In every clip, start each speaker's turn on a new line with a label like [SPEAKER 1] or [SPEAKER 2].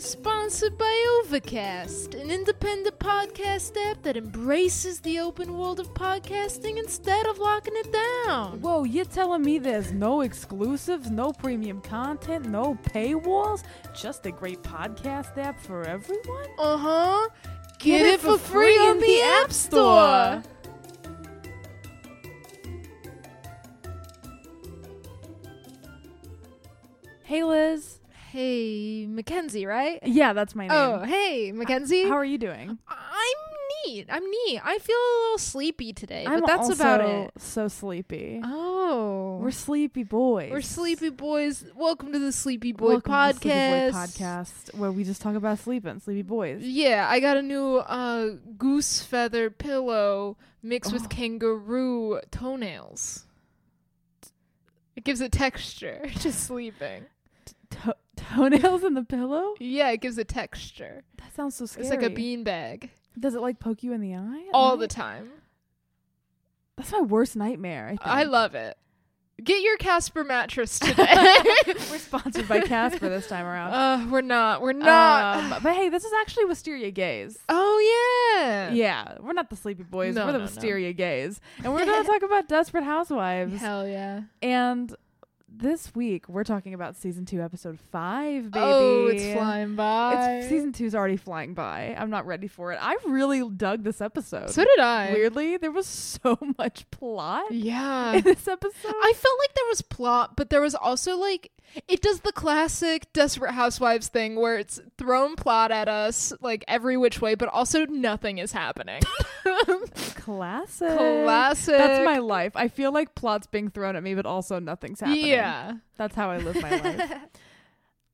[SPEAKER 1] sponsored by Overcast, an independent podcast app that embraces the open world of podcasting instead of locking it down.
[SPEAKER 2] Whoa, you're telling me there's no exclusives, no premium content, no paywalls? Just a great podcast app for everyone?
[SPEAKER 1] Uh huh. Get, it, for free in the App Store.
[SPEAKER 2] Hey, Liz.
[SPEAKER 1] Hey, Mackenzie, right?
[SPEAKER 2] Yeah, that's my name.
[SPEAKER 1] Oh, hey, Mackenzie.
[SPEAKER 2] How are you doing?
[SPEAKER 1] I'm neat. I'm neat. I feel a little sleepy today, but that's
[SPEAKER 2] also
[SPEAKER 1] about it.
[SPEAKER 2] so sleepy.
[SPEAKER 1] Oh.
[SPEAKER 2] We're sleepy boys.
[SPEAKER 1] We're sleepy boys. Welcome to the Sleepy Boy
[SPEAKER 2] Welcome to
[SPEAKER 1] podcast.
[SPEAKER 2] the Sleepy Boy podcast, where we just talk about sleeping, sleepy boys.
[SPEAKER 1] Yeah, I got a new uh, goose feather pillow mixed
[SPEAKER 2] Oh.
[SPEAKER 1] with kangaroo toenails. It gives it texture. Just sleeping.
[SPEAKER 2] To- toenails in the pillow?
[SPEAKER 1] Yeah, it gives it texture.
[SPEAKER 2] That sounds so scary.
[SPEAKER 1] It's like a bean bag
[SPEAKER 2] Does it like poke you in the eye? at
[SPEAKER 1] all the
[SPEAKER 2] night?
[SPEAKER 1] time.
[SPEAKER 2] That's my worst nightmare. I, think.
[SPEAKER 1] I love it. Get your Casper mattress today.
[SPEAKER 2] We're sponsored by Casper this time around.
[SPEAKER 1] uh, we're not. We're not.
[SPEAKER 2] Um, but hey, this is actually Wisteria Gaze.
[SPEAKER 1] oh yeah.
[SPEAKER 2] Yeah, we're not the Sleepy Boys.
[SPEAKER 1] No,
[SPEAKER 2] we're the
[SPEAKER 1] no, no.
[SPEAKER 2] Wisteria Gays, and we're going to talk about Desperate Housewives.
[SPEAKER 1] Hell yeah.
[SPEAKER 2] And this week, we're talking about season two, episode five, baby.
[SPEAKER 1] Oh, it's flying by.
[SPEAKER 2] It's, season two's already flying by. I'm not ready for it. I really dug this episode.
[SPEAKER 1] So did I.
[SPEAKER 2] Weirdly, there was so much plot
[SPEAKER 1] Yeah.
[SPEAKER 2] in this episode.
[SPEAKER 1] I felt like there was plot, but there was also like it does the classic Desperate Housewives thing where it's thrown plot at us like every which way, but also nothing is happening.
[SPEAKER 2] Classic.
[SPEAKER 1] Classic.
[SPEAKER 2] That's my life. I feel like plots being thrown at me, but also nothing's happening.
[SPEAKER 1] yeah.
[SPEAKER 2] That's how I live my life.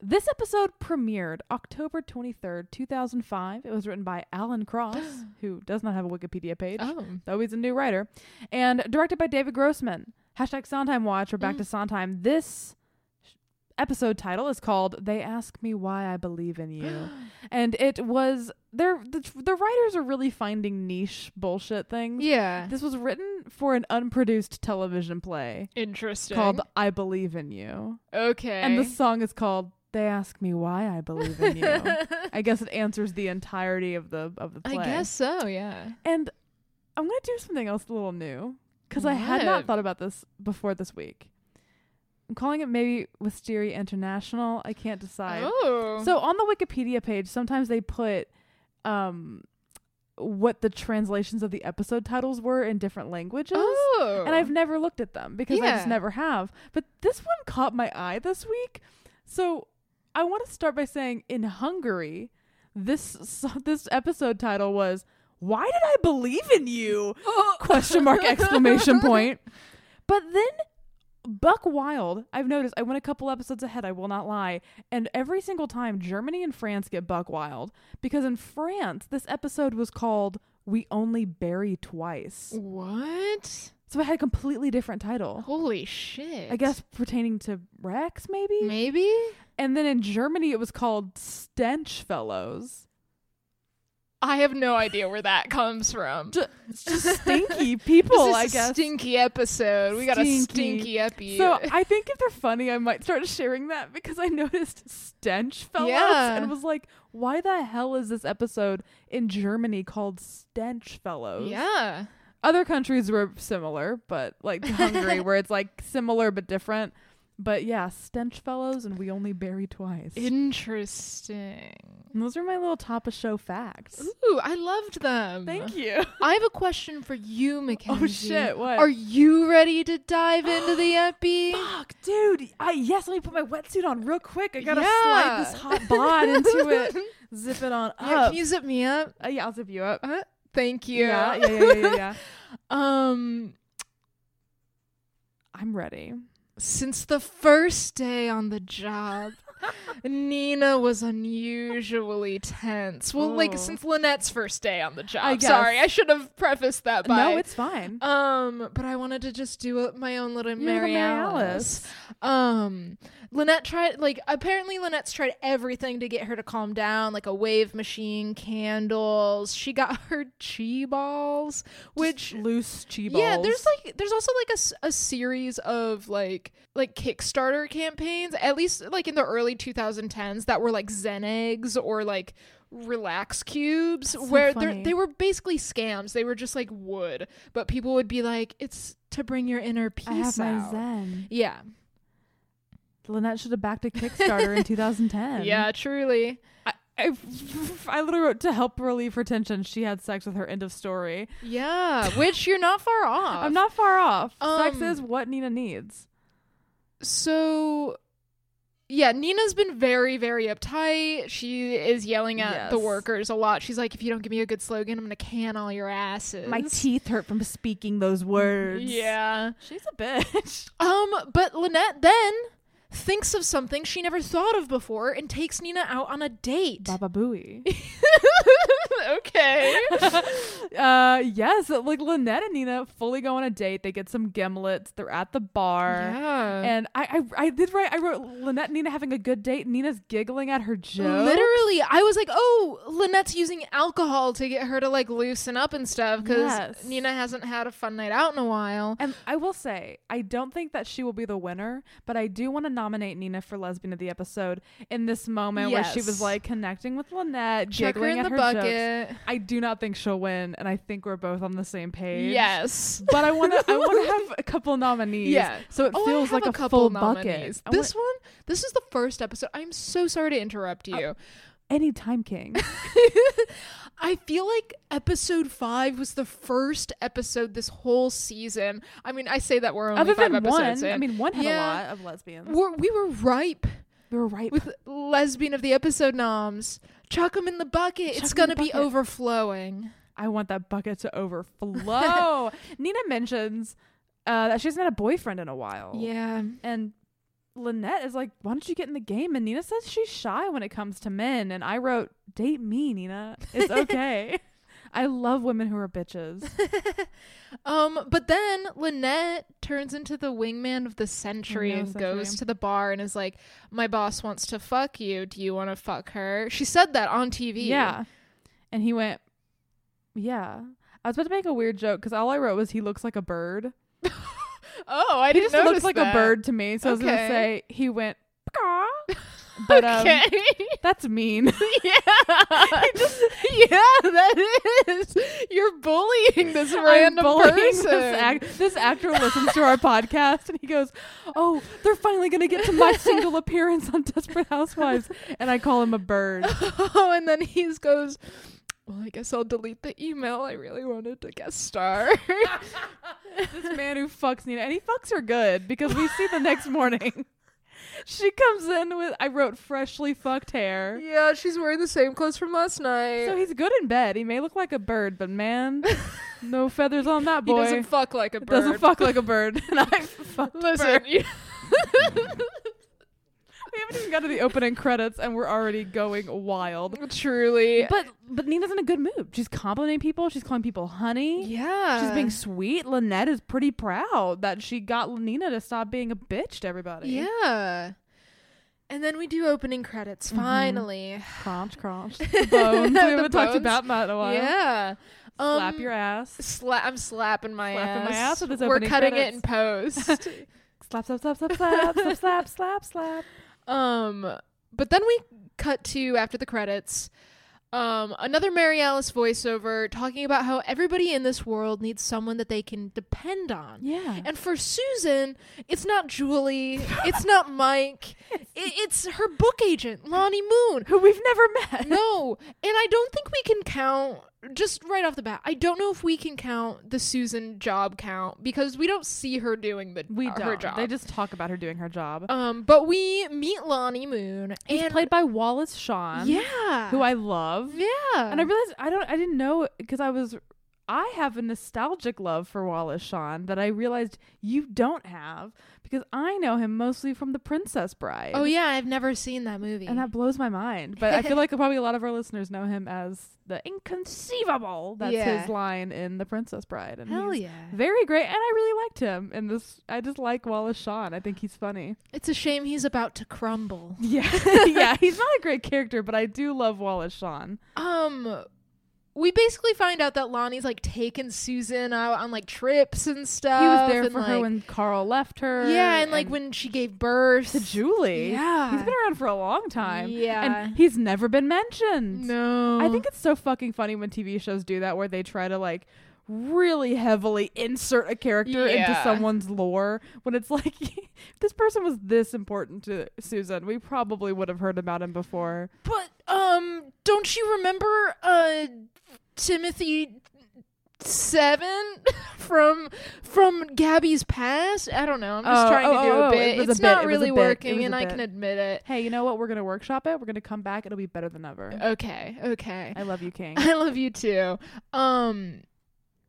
[SPEAKER 2] This episode premiered October 23rd, 2005. It was written by Alan Cross, who does not have a Wikipedia page,
[SPEAKER 1] Oh.
[SPEAKER 2] though he's a new writer, and directed by David Grossman. Hashtag Sondheim Watch or Back
[SPEAKER 1] Mm.
[SPEAKER 2] to Sondheim. This sh- episode title is called They Ask Me Why I Believe in You. and it was, they're, the, the writers are really finding niche bullshit things.
[SPEAKER 1] Yeah.
[SPEAKER 2] This was written for an unproduced television play
[SPEAKER 1] Interesting.
[SPEAKER 2] called I Believe in You.
[SPEAKER 1] Okay.
[SPEAKER 2] And the song is called They Ask Me Why I Believe in You. I guess it answers the entirety of the of the
[SPEAKER 1] I
[SPEAKER 2] play.
[SPEAKER 1] guess so, yeah.
[SPEAKER 2] And I'm going to do something else a little new cuz I had not
[SPEAKER 1] What?
[SPEAKER 2] thought about this before this week. I'm calling it maybe Wisteria International. I can't decide.
[SPEAKER 1] Oh.
[SPEAKER 2] So on the Wikipedia page, sometimes they put um what the translations of the episode titles were in different languages.
[SPEAKER 1] Oh.
[SPEAKER 2] And I've never looked at them because I just
[SPEAKER 1] Yeah.
[SPEAKER 2] never have. But this one caught my eye this week. So I want to start by saying in Hungary, this so- this episode title was "Why did I believe in you?" question mark exclamation point. But then Buck Wild, I've noticed I went a couple episodes ahead, I will not lie, and every single time Germany and France get Buck Wild because in France this episode was called "We Only Bury Twice."
[SPEAKER 1] What?
[SPEAKER 2] So it had a completely different title.
[SPEAKER 1] Holy shit.
[SPEAKER 2] I guess pertaining to Rex, maybe?
[SPEAKER 1] maybe?
[SPEAKER 2] And then in Germany, it was called Stench Fellows.
[SPEAKER 1] I have no idea where that comes from.
[SPEAKER 2] Ju- It's just stinky
[SPEAKER 1] This
[SPEAKER 2] people,
[SPEAKER 1] is
[SPEAKER 2] I
[SPEAKER 1] a
[SPEAKER 2] guess.
[SPEAKER 1] stinky episode. We got a
[SPEAKER 2] Stinky.
[SPEAKER 1] stinky epi.
[SPEAKER 2] So I think if they're funny, I might start sharing that because I noticed Stench Fellows
[SPEAKER 1] Yeah.
[SPEAKER 2] and was like, why the hell is this episode in Germany called Stench
[SPEAKER 1] uh,
[SPEAKER 2] Fellows?
[SPEAKER 1] yeah.
[SPEAKER 2] Other countries were similar, but like Hungary, where it's like similar but different. But yeah, Stench Fellows and We Only Bury Twice.
[SPEAKER 1] Interesting.
[SPEAKER 2] And those are my little top of show facts.
[SPEAKER 1] Ooh, I loved them.
[SPEAKER 2] Thank you.
[SPEAKER 1] I have a question for you, Mackenzie.
[SPEAKER 2] shit, what?
[SPEAKER 1] Are you ready to dive into the epi?
[SPEAKER 2] Fuck, dude. I, yes, let me put my wetsuit on real quick. I gotta
[SPEAKER 1] Yeah.
[SPEAKER 2] slide this hot bod into it. Zip it on
[SPEAKER 1] Yeah,
[SPEAKER 2] up.
[SPEAKER 1] can you zip me up?
[SPEAKER 2] Uh, yeah, I'll zip you up.
[SPEAKER 1] Uh, thank you.
[SPEAKER 2] Yeah, yeah, yeah, yeah, yeah, yeah.
[SPEAKER 1] Um,
[SPEAKER 2] I'm ready.
[SPEAKER 1] since the first day on the job, Nina was unusually tense. Well,
[SPEAKER 2] Ooh.
[SPEAKER 1] like since Lynette's first day on the job.
[SPEAKER 2] I guess.
[SPEAKER 1] Sorry, Oh. I should have prefaced that by
[SPEAKER 2] No, it's fine.
[SPEAKER 1] Um, but I wanted to just do a, my own little
[SPEAKER 2] You're the
[SPEAKER 1] Mary, Alice. Um, Lynette tried like apparently Lynette's tried everything to get her to calm down, like a wave machine, candles. She got her chi balls, which
[SPEAKER 2] Which loose chi balls.
[SPEAKER 1] yeah, there's like there's also like a s- a, series of like like Kickstarter campaigns, at least like in the early early 2010s that were like Zen eggs or like relax cubes where
[SPEAKER 2] funny.
[SPEAKER 1] they they were basically scams. They were just like wood, but people would be like, "It's to bring your inner peace
[SPEAKER 2] I have my
[SPEAKER 1] out."
[SPEAKER 2] Zen.
[SPEAKER 1] Yeah,
[SPEAKER 2] Lynette should have backed a Kickstarter in 2010.
[SPEAKER 1] yeah, truly.
[SPEAKER 2] I, I, I literally wrote to help relieve her tension. She had sex with her end of story.
[SPEAKER 1] Yeah, which you're not far off.
[SPEAKER 2] I'm not far off. sex
[SPEAKER 1] Um,
[SPEAKER 2] is what Nina needs.
[SPEAKER 1] so yeah nina's been very very uptight she is yelling at the
[SPEAKER 2] Yes.
[SPEAKER 1] workers a lot she's like if you don't give me a good slogan i'm gonna can all your asses
[SPEAKER 2] teeth hurt from speaking those words.
[SPEAKER 1] yeah
[SPEAKER 2] She's a bitch.
[SPEAKER 1] um but lynette then thinks of something she never thought of before and takes nina out on a date
[SPEAKER 2] Baba Booey.
[SPEAKER 1] okay
[SPEAKER 2] uh, yes, like Lynette and Nina fully go on a date. They get some gimlets. They're at the bar.
[SPEAKER 1] yeah
[SPEAKER 2] And I, I, I did write. I wrote Lynette and Nina having a good date. and Nina's giggling at her joke.
[SPEAKER 1] Literally, I was like, "Oh, Lynette's using alcohol to get her to like loosen up and stuff," because
[SPEAKER 2] Yes.
[SPEAKER 1] Nina hasn't had a fun night out in a while.
[SPEAKER 2] And I will say, I don't think that she will be the winner, but I do want to nominate Nina for lesbian of the episode in this moment where she
[SPEAKER 1] Yes.
[SPEAKER 2] was like connecting with Lynette,
[SPEAKER 1] Chuck her
[SPEAKER 2] giggling
[SPEAKER 1] in the
[SPEAKER 2] at her jokes.
[SPEAKER 1] bucket.
[SPEAKER 2] I do not think she'll win, and I think we're both on the same page.
[SPEAKER 1] Yes.
[SPEAKER 2] But I want to. I want to have a couple nominees.
[SPEAKER 1] Yeah.
[SPEAKER 2] So it
[SPEAKER 1] Oh, I
[SPEAKER 2] feels
[SPEAKER 1] have
[SPEAKER 2] like a,
[SPEAKER 1] a couple
[SPEAKER 2] full
[SPEAKER 1] nominees.
[SPEAKER 2] bucket. I
[SPEAKER 1] This one, this is the first episode. I'm so sorry to interrupt
[SPEAKER 2] Oh.
[SPEAKER 1] you.
[SPEAKER 2] want any time king.
[SPEAKER 1] I feel like episode five was the first episode this whole season. I mean, I say that we're only
[SPEAKER 2] Other
[SPEAKER 1] five
[SPEAKER 2] than
[SPEAKER 1] episodes
[SPEAKER 2] one,
[SPEAKER 1] in.
[SPEAKER 2] I mean, one had
[SPEAKER 1] Yeah.
[SPEAKER 2] a lot of lesbians.
[SPEAKER 1] we're, we were ripe
[SPEAKER 2] We were right.
[SPEAKER 1] with lesbian of the episode noms. Chuck 'em in the bucket.
[SPEAKER 2] Chuck
[SPEAKER 1] it's
[SPEAKER 2] 'em in
[SPEAKER 1] gonna
[SPEAKER 2] the
[SPEAKER 1] be
[SPEAKER 2] bucket.
[SPEAKER 1] overflowing.
[SPEAKER 2] I want that bucket to overflow. Nina mentions uh, that she hasn't had a boyfriend in a while.
[SPEAKER 1] Yeah.
[SPEAKER 2] And Lynette is like, why don't you get in the game? And Nina says she's shy when it comes to men. And I wrote, date me, Nina. It's okay. I love women who are bitches.
[SPEAKER 1] Um, but then Lynette turns into the wingman of the century
[SPEAKER 2] Wingman of
[SPEAKER 1] and
[SPEAKER 2] the
[SPEAKER 1] goes
[SPEAKER 2] century.
[SPEAKER 1] to the bar and is like, "My boss wants to fuck you. Do you want to fuck her?" She said that on TV.
[SPEAKER 2] Yeah. And he went, yeah. I was about to make a weird joke because all I wrote was he looks like a bird.
[SPEAKER 1] Oh, I
[SPEAKER 2] He
[SPEAKER 1] didn't
[SPEAKER 2] just
[SPEAKER 1] notice
[SPEAKER 2] looks like
[SPEAKER 1] that.
[SPEAKER 2] a bird to me. So I was going to
[SPEAKER 1] Okay.
[SPEAKER 2] say, he went, "Caw." but um,
[SPEAKER 1] okay.
[SPEAKER 2] that's mean.
[SPEAKER 1] yeah. yeah, that is. You're bullying this random
[SPEAKER 2] I'm bullying
[SPEAKER 1] person.
[SPEAKER 2] This, act- this actor listens to our podcast and he goes, "Oh, they're finally gonna get to my single appearance on Desperate Housewives," and I call him a bird.
[SPEAKER 1] oh, and then he goes, "Well, I guess I'll delete the email. I really wanted to guest star."
[SPEAKER 2] this man who fucks Nina, and he fucks her good because we see the next morning. She comes in with I wrote freshly fucked hair.
[SPEAKER 1] yeah, she's wearing the same clothes from last night.
[SPEAKER 2] So he's good in bed. He may look like a bird, but man, no feathers on that boy.
[SPEAKER 1] He doesn't fuck like a bird.
[SPEAKER 2] Doesn't fuck like a bird. And I fucked
[SPEAKER 1] Listen,
[SPEAKER 2] bird.
[SPEAKER 1] you-
[SPEAKER 2] We haven't even got to the opening credits and we're already going wild.
[SPEAKER 1] truly.
[SPEAKER 2] But but Nina's in a good mood. She's complimenting people. She's calling people honey.
[SPEAKER 1] yeah,
[SPEAKER 2] She's being sweet. Lynette is pretty proud that she got Nina to stop being a bitch to everybody.
[SPEAKER 1] Yeah. And then we do opening credits
[SPEAKER 2] Mm-hmm.
[SPEAKER 1] finally.
[SPEAKER 2] Crunch, crunch. The bones. We haven't talked
[SPEAKER 1] bones.
[SPEAKER 2] about that in a while.
[SPEAKER 1] Yeah.
[SPEAKER 2] Slap
[SPEAKER 1] Um,
[SPEAKER 2] your ass.
[SPEAKER 1] Sla- I'm slapping my
[SPEAKER 2] Slapping
[SPEAKER 1] ass.
[SPEAKER 2] my ass with this
[SPEAKER 1] We're
[SPEAKER 2] opening
[SPEAKER 1] cutting it
[SPEAKER 2] credits.
[SPEAKER 1] in post.
[SPEAKER 2] Slap, slap, slap, slap, slap, slap, slap, slap, slap.
[SPEAKER 1] um, but then we cut to after the credits. Um, another Mary Alice voiceover talking about how everybody in this world needs someone that they can depend on.
[SPEAKER 2] Yeah.
[SPEAKER 1] And for Susan, it's not Julie, it's not Mike, it, it's her book agent, Lonnie Moon.
[SPEAKER 2] Who we've never met.
[SPEAKER 1] No, and I don't think we can count, just right off the bat, I don't know if we can count the Susan job count because we don't see her doing the
[SPEAKER 2] We
[SPEAKER 1] her
[SPEAKER 2] don't.
[SPEAKER 1] job.
[SPEAKER 2] They just talk about her doing her job.
[SPEAKER 1] um, but we meet Lonnie Moon
[SPEAKER 2] He's
[SPEAKER 1] and
[SPEAKER 2] played by Wallace Shawn.
[SPEAKER 1] yeah,
[SPEAKER 2] Who I love.
[SPEAKER 1] yeah,
[SPEAKER 2] And I realized I don't I didn't know because I was I have a nostalgic love for Wallace Shawn that I realized you don't have because I know him mostly from The Princess Bride.
[SPEAKER 1] oh yeah, I've never seen that movie.
[SPEAKER 2] And that blows my mind. But I feel like probably a lot of our listeners know him as the inconceivable. That's
[SPEAKER 1] Yeah.
[SPEAKER 2] his line in The Princess Bride. And
[SPEAKER 1] Hell
[SPEAKER 2] he's
[SPEAKER 1] yeah!
[SPEAKER 2] Very great. And I really liked him in this I just like Wallace Shawn. I think he's funny.
[SPEAKER 1] It's a shame he's about to crumble.
[SPEAKER 2] Yeah. yeah. He's not a great character, but I do love Wallace Shawn.
[SPEAKER 1] Um we basically find out that Lonnie's like taking Susan out on like trips and stuff.
[SPEAKER 2] He was there
[SPEAKER 1] and,
[SPEAKER 2] for her
[SPEAKER 1] Oh, like-
[SPEAKER 2] when Carl left her.
[SPEAKER 1] yeah, and, like when she gave birth
[SPEAKER 2] to Julie.
[SPEAKER 1] Yeah.
[SPEAKER 2] He's been around for a long time.
[SPEAKER 1] Yeah.
[SPEAKER 2] And he's never been mentioned.
[SPEAKER 1] No,
[SPEAKER 2] I think it's so fucking funny when TV shows do that where they try to like really heavily insert a character into
[SPEAKER 1] Yeah.
[SPEAKER 2] someone's lore when it's like this person was this important to Susan we probably would have heard about him before
[SPEAKER 1] But um, don't you remember uh Timothy Seven from from Gabby's past? I don't know. I'm just
[SPEAKER 2] Oh,
[SPEAKER 1] trying
[SPEAKER 2] oh,
[SPEAKER 1] to do
[SPEAKER 2] oh,
[SPEAKER 1] a
[SPEAKER 2] oh,
[SPEAKER 1] bit.
[SPEAKER 2] it was a
[SPEAKER 1] It's
[SPEAKER 2] bit,
[SPEAKER 1] not
[SPEAKER 2] it was a
[SPEAKER 1] really
[SPEAKER 2] bit, it
[SPEAKER 1] working,
[SPEAKER 2] was a
[SPEAKER 1] and I
[SPEAKER 2] bit.
[SPEAKER 1] can admit it.
[SPEAKER 2] hey you know what we're going to workshop it we're going to come back it'll be better than ever
[SPEAKER 1] Okay, okay.
[SPEAKER 2] I love you king
[SPEAKER 1] I love you too. Um,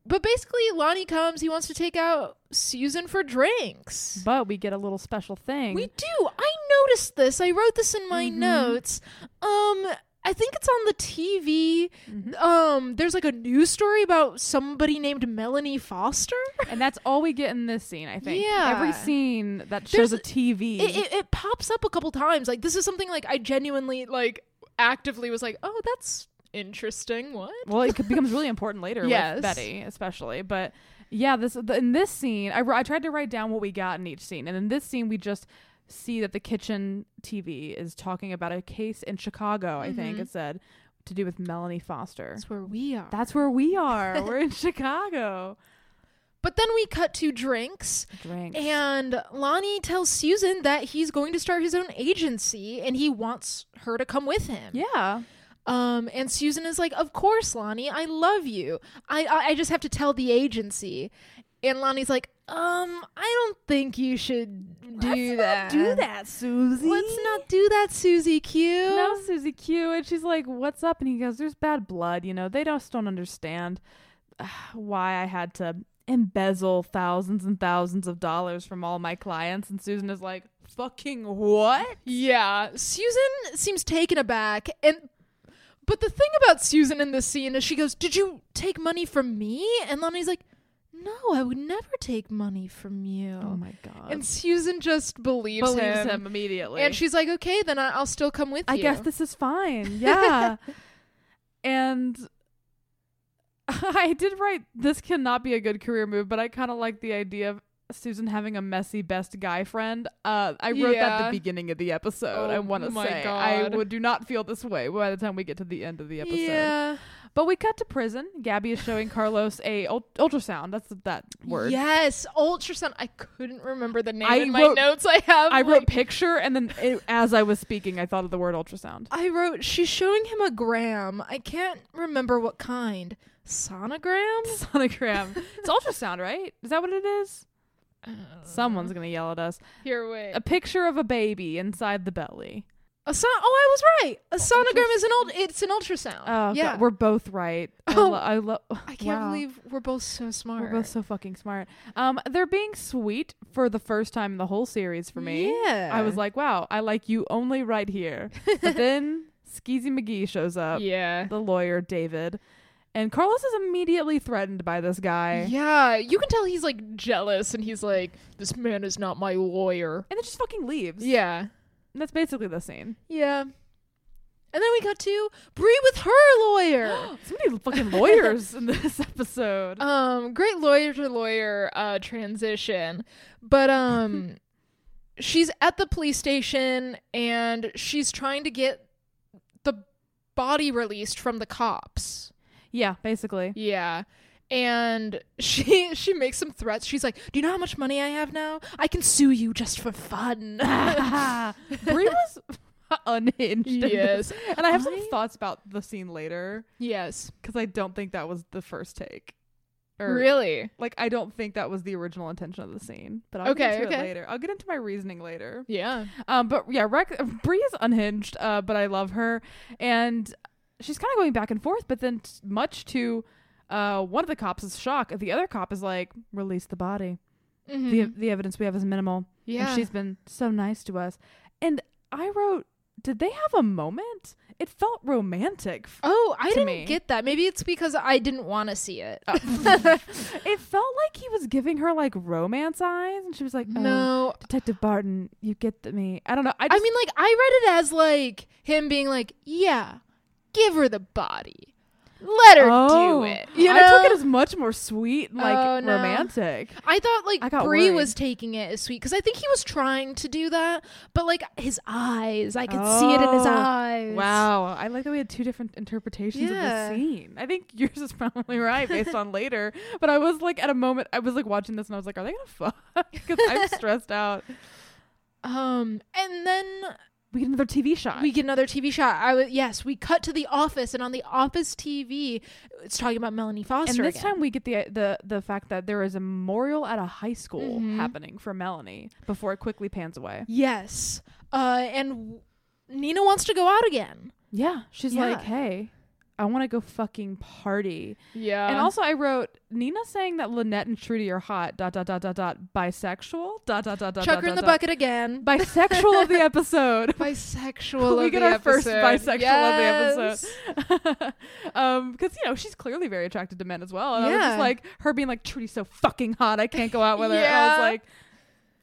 [SPEAKER 1] but basically, Lonnie comes. He wants to take out Susan for drinks.
[SPEAKER 2] but we get a little special thing
[SPEAKER 1] We do. I noticed this. I wrote this in my
[SPEAKER 2] Mhm.
[SPEAKER 1] notes. Um, I think it's on the TV.
[SPEAKER 2] Mhm.
[SPEAKER 1] Um, there's like a news story about somebody named Melanie Foster.
[SPEAKER 2] and that's all we get in this scene I think
[SPEAKER 1] Yeah.
[SPEAKER 2] every scene that
[SPEAKER 1] There's-
[SPEAKER 2] shows a TV
[SPEAKER 1] It, it, it pops up a couple times. Like this is something like I genuinely like actively was like, oh, that's interesting. What?
[SPEAKER 2] well it c- becomes really important later
[SPEAKER 1] Yes.
[SPEAKER 2] with betty especially but yeah this the, in this scene I, wr- I tried to write down what we got in each scene and in this scene we just see that the kitchen tv is talking about a case in chicago i think
[SPEAKER 1] Mhm.
[SPEAKER 2] it said to do with melanie foster
[SPEAKER 1] That's where we are.
[SPEAKER 2] that's where we are we're in chicago
[SPEAKER 1] but then we cut to drinks.
[SPEAKER 2] drink
[SPEAKER 1] And Lonnie tells Susan that he's going to start his own agency and he wants her to come with him.
[SPEAKER 2] yeah
[SPEAKER 1] Um, and Susan is like, Of course, Lonnie, I love you. I, I, I just have to tell the agency. And Lonnie's like, Um, I don't think you should do that.
[SPEAKER 2] do that susie
[SPEAKER 1] Let's not do that, Susie Q.
[SPEAKER 2] no susie q and she's like what's up and he goes there's bad blood you know they just don't understand uh, why i had to embezzle thousands and thousands of dollars from all my clients and susan is like fucking what
[SPEAKER 1] Yeah, Susan seems taken aback and but the thing about Susan in this scene is she goes, "Did you take money from me?" And Lonnie's like, "No, I would never take money from you."
[SPEAKER 2] oh my god
[SPEAKER 1] and Susan just believes,
[SPEAKER 2] believes him,
[SPEAKER 1] him.
[SPEAKER 2] immediately
[SPEAKER 1] And she's like, "Okay, then I- I'll still come with
[SPEAKER 2] i
[SPEAKER 1] you."
[SPEAKER 2] guess this is fine yeah and i did write this cannot be a good career move but i kind of like the idea of Susan having a messy best guy friend. Uh, I wrote that at
[SPEAKER 1] Yeah.
[SPEAKER 2] the beginning of the episode.
[SPEAKER 1] Oh
[SPEAKER 2] I want to
[SPEAKER 1] my
[SPEAKER 2] say I
[SPEAKER 1] God.
[SPEAKER 2] would do not feel this way by the time we get to the end of the episode.
[SPEAKER 1] Yeah.
[SPEAKER 2] But we cut to prison. Gabby is showing Carlos a ult- ultrasound. That's that word.
[SPEAKER 1] Yes, ultrasound. I couldn't remember the name
[SPEAKER 2] I
[SPEAKER 1] in my
[SPEAKER 2] wrote-
[SPEAKER 1] notes. I have.
[SPEAKER 2] I wrote
[SPEAKER 1] like-
[SPEAKER 2] picture, and then it, as I was speaking, I thought of the word ultrasound.
[SPEAKER 1] I wrote. She's showing him a gram. I can't remember what kind. Sonogram.
[SPEAKER 2] Sonogram. it's ultrasound, right? Is that what it is?
[SPEAKER 1] I don't
[SPEAKER 2] Someone's
[SPEAKER 1] know.
[SPEAKER 2] gonna yell at us.
[SPEAKER 1] here. Wait.
[SPEAKER 2] A picture of a baby inside the belly.
[SPEAKER 1] A son- oh, I was right. A sonogram is an old. It's an ultrasound.
[SPEAKER 2] Oh,
[SPEAKER 1] yeah.
[SPEAKER 2] God, we're both right. I,
[SPEAKER 1] Oh.
[SPEAKER 2] lo- I, lo-
[SPEAKER 1] I can't
[SPEAKER 2] wow.
[SPEAKER 1] believe we're both so smart.
[SPEAKER 2] We're both so fucking smart. Um, they're being sweet for the first time in the whole series for me.
[SPEAKER 1] Yeah.
[SPEAKER 2] I was like, wow, I like you only right here. But then Skeezy McGee shows up,
[SPEAKER 1] yeah.
[SPEAKER 2] the lawyer David, and Carlos is immediately threatened by this guy.
[SPEAKER 1] Yeah, you can tell he's like jealous, and he's like, "This man is not my lawyer."
[SPEAKER 2] And then just fucking leaves.
[SPEAKER 1] Yeah,
[SPEAKER 2] And that's basically the scene.
[SPEAKER 1] yeah. And then we got to Bree with her lawyer.
[SPEAKER 2] So many fucking lawyers in this episode.
[SPEAKER 1] um, great lawyer to lawyer uh, transition, but um, she's at the police station and she's trying to get the body released from the cops.
[SPEAKER 2] yeah, basically.
[SPEAKER 1] Yeah. And she she makes some threats. She's like, "Do you know how much money I have now? I can sue you just for fun."
[SPEAKER 2] Brie was unhinged. in this.
[SPEAKER 1] yes.
[SPEAKER 2] And I have some
[SPEAKER 1] I-
[SPEAKER 2] thoughts about the scene later
[SPEAKER 1] Yes.
[SPEAKER 2] because I don't think that was the first take.
[SPEAKER 1] really?
[SPEAKER 2] Like I don't think that was the original intention of the scene. But I'll
[SPEAKER 1] Okay,
[SPEAKER 2] get into it
[SPEAKER 1] okay.
[SPEAKER 2] later. I'll get into my reasoning later.
[SPEAKER 1] Yeah.
[SPEAKER 2] Um, but yeah, Rex, Bree is unhinged. Uh, but I love her, and she's kind of going back and forth. But then, t- much to uh, one of the cops is shock. The other cop is like, "Release the body.
[SPEAKER 1] Mhm.
[SPEAKER 2] The e, the evidence we have is minimal."
[SPEAKER 1] yeah.
[SPEAKER 2] And she's been so nice to us. And I wrote, did they have a moment? It felt romantic. F-
[SPEAKER 1] oh, I
[SPEAKER 2] to
[SPEAKER 1] didn't
[SPEAKER 2] me.
[SPEAKER 1] get that. Maybe it's because I didn't want to see it.
[SPEAKER 2] It felt like he was giving her like romance eyes. And she was like, oh,
[SPEAKER 1] no.
[SPEAKER 2] Detective Barton, you get the me. I don't know. I
[SPEAKER 1] I
[SPEAKER 2] just,
[SPEAKER 1] mean, like I read it as like him being like, "Yeah, give her the body." Let her
[SPEAKER 2] Oh,
[SPEAKER 1] do it. You know?
[SPEAKER 2] I took it as much more sweet, and, like
[SPEAKER 1] Oh, no.
[SPEAKER 2] romantic.
[SPEAKER 1] I thought like
[SPEAKER 2] I got
[SPEAKER 1] Bree
[SPEAKER 2] worried.
[SPEAKER 1] was taking it as sweet because I think he was trying to do that, but like his eyes, I could see it in his
[SPEAKER 2] Oh,
[SPEAKER 1] eyes.
[SPEAKER 2] Wow, I like that we had two different interpretations
[SPEAKER 1] Yeah.
[SPEAKER 2] of the scene. I think yours is probably right based on later, but I was like at a moment I was like watching this and I was like, are they gonna fuck? Because I'm stressed out.
[SPEAKER 1] Um, and then
[SPEAKER 2] We get another TV shot.
[SPEAKER 1] we get another TV shot. I was yes, we cut to the office, and on the office TV, it's talking about Melanie
[SPEAKER 2] and
[SPEAKER 1] Foster.
[SPEAKER 2] this
[SPEAKER 1] again.
[SPEAKER 2] time we get the uh, the the fact that there is a memorial at a high school
[SPEAKER 1] Mhm.
[SPEAKER 2] happening for Melanie before it quickly pans away.
[SPEAKER 1] yes, uh, and w- Nina wants to go out again.
[SPEAKER 2] Yeah, she's
[SPEAKER 1] Yeah.
[SPEAKER 2] like, hey. I want to go fucking party.
[SPEAKER 1] Yeah,
[SPEAKER 2] and also, I wrote Nina saying that Lynette and Trudy are hot. Dot dot dot dot dot. Bisexual. Dot dot dot dot.
[SPEAKER 1] chuck
[SPEAKER 2] dot,
[SPEAKER 1] her in the
[SPEAKER 2] dot, dot.
[SPEAKER 1] bucket again.
[SPEAKER 2] bisexual of the episode.
[SPEAKER 1] bisexual.
[SPEAKER 2] we
[SPEAKER 1] of
[SPEAKER 2] get
[SPEAKER 1] the
[SPEAKER 2] our first
[SPEAKER 1] episode.
[SPEAKER 2] bisexual
[SPEAKER 1] yes.
[SPEAKER 2] of the episode. um, because you know she's clearly very attracted to men as well, and I was
[SPEAKER 1] Yeah.
[SPEAKER 2] just like her being like Trudy's so fucking hot, I can't go out with her. And I
[SPEAKER 1] Yeah.
[SPEAKER 2] was like,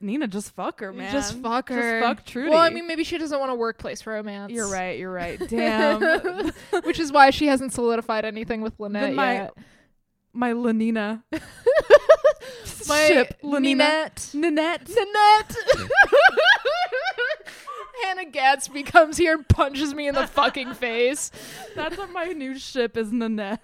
[SPEAKER 2] Nina, just fuck her, man.
[SPEAKER 1] Just fuck her.
[SPEAKER 2] Just fuck Trudy.
[SPEAKER 1] Well, I mean, maybe she doesn't want a workplace romance.
[SPEAKER 2] You're right. You're right. Damn.
[SPEAKER 1] Which is why she hasn't solidified anything with Lynette
[SPEAKER 2] Then my
[SPEAKER 1] yet.
[SPEAKER 2] my Lenina.
[SPEAKER 1] My
[SPEAKER 2] Ship Lenina.
[SPEAKER 1] Ninette.
[SPEAKER 2] Nanette.
[SPEAKER 1] Nanette. Hannah Gadsby comes here and punches me in the fucking face.
[SPEAKER 2] That's what my new ship is Nanette.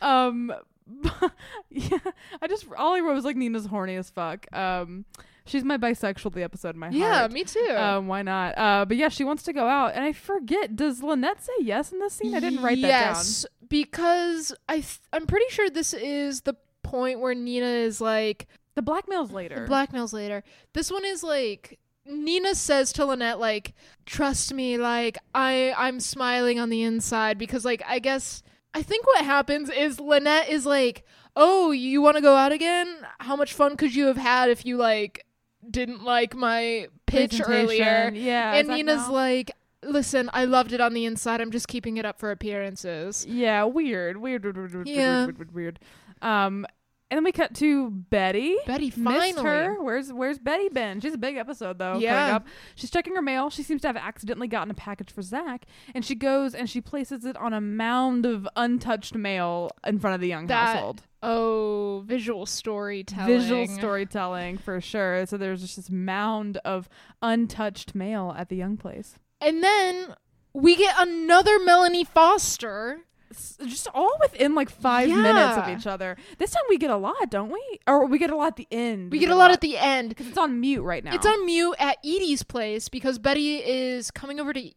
[SPEAKER 2] um yeah, I just all I wrote was like Nina's horny as fuck. Um she's my bisexual of the episode in my
[SPEAKER 1] Yeah,
[SPEAKER 2] heart.
[SPEAKER 1] me too.
[SPEAKER 2] Um why not? Uh but yeah, she wants to go out and I forget does Lynette say yes in this scene? I didn't write that down.
[SPEAKER 1] yes, because I th- I'm pretty sure this is the point where Nina is like
[SPEAKER 2] The blackmail's later.
[SPEAKER 1] blackmails later. This one is like Nina says to Lynette like trust me like I I'm smiling on the inside because like I guess I think what happens is Lynette is like, "Oh, you want to go out again? How much fun could you have had if you like didn't like my pitch
[SPEAKER 2] Presentation.
[SPEAKER 1] earlier?"
[SPEAKER 2] Yeah. is
[SPEAKER 1] and
[SPEAKER 2] that
[SPEAKER 1] Nina's
[SPEAKER 2] now?
[SPEAKER 1] like, "Listen, I loved it on the inside. I'm just keeping it up for appearances."
[SPEAKER 2] Yeah, weird. Weird, weird, weird, weird,
[SPEAKER 1] Yeah.
[SPEAKER 2] weird, weird, weird, weird. Um and then we cut to Betty.
[SPEAKER 1] Betty finally.
[SPEAKER 2] Missed her. Where's Where's Betty been? She's a big episode though. coming
[SPEAKER 1] Yeah.
[SPEAKER 2] up. She's checking her mail. She seems to have accidentally gotten a package for Zach, and she goes and she places it on a mound of untouched mail in front of the young
[SPEAKER 1] That
[SPEAKER 2] household.
[SPEAKER 1] Oh, visual storytelling.
[SPEAKER 2] Visual storytelling for sure. So there's just this mound of untouched mail at the young place.
[SPEAKER 1] And then we get another Melanie Foster.
[SPEAKER 2] S- Just all within like five minutes of
[SPEAKER 1] Yeah.
[SPEAKER 2] each other. This time we get a lot, don't we? Or we get a lot at the end.
[SPEAKER 1] We get a lot at the end.
[SPEAKER 2] because it's on mute right now.
[SPEAKER 1] It's on mute at Edie's place because Betty is coming over to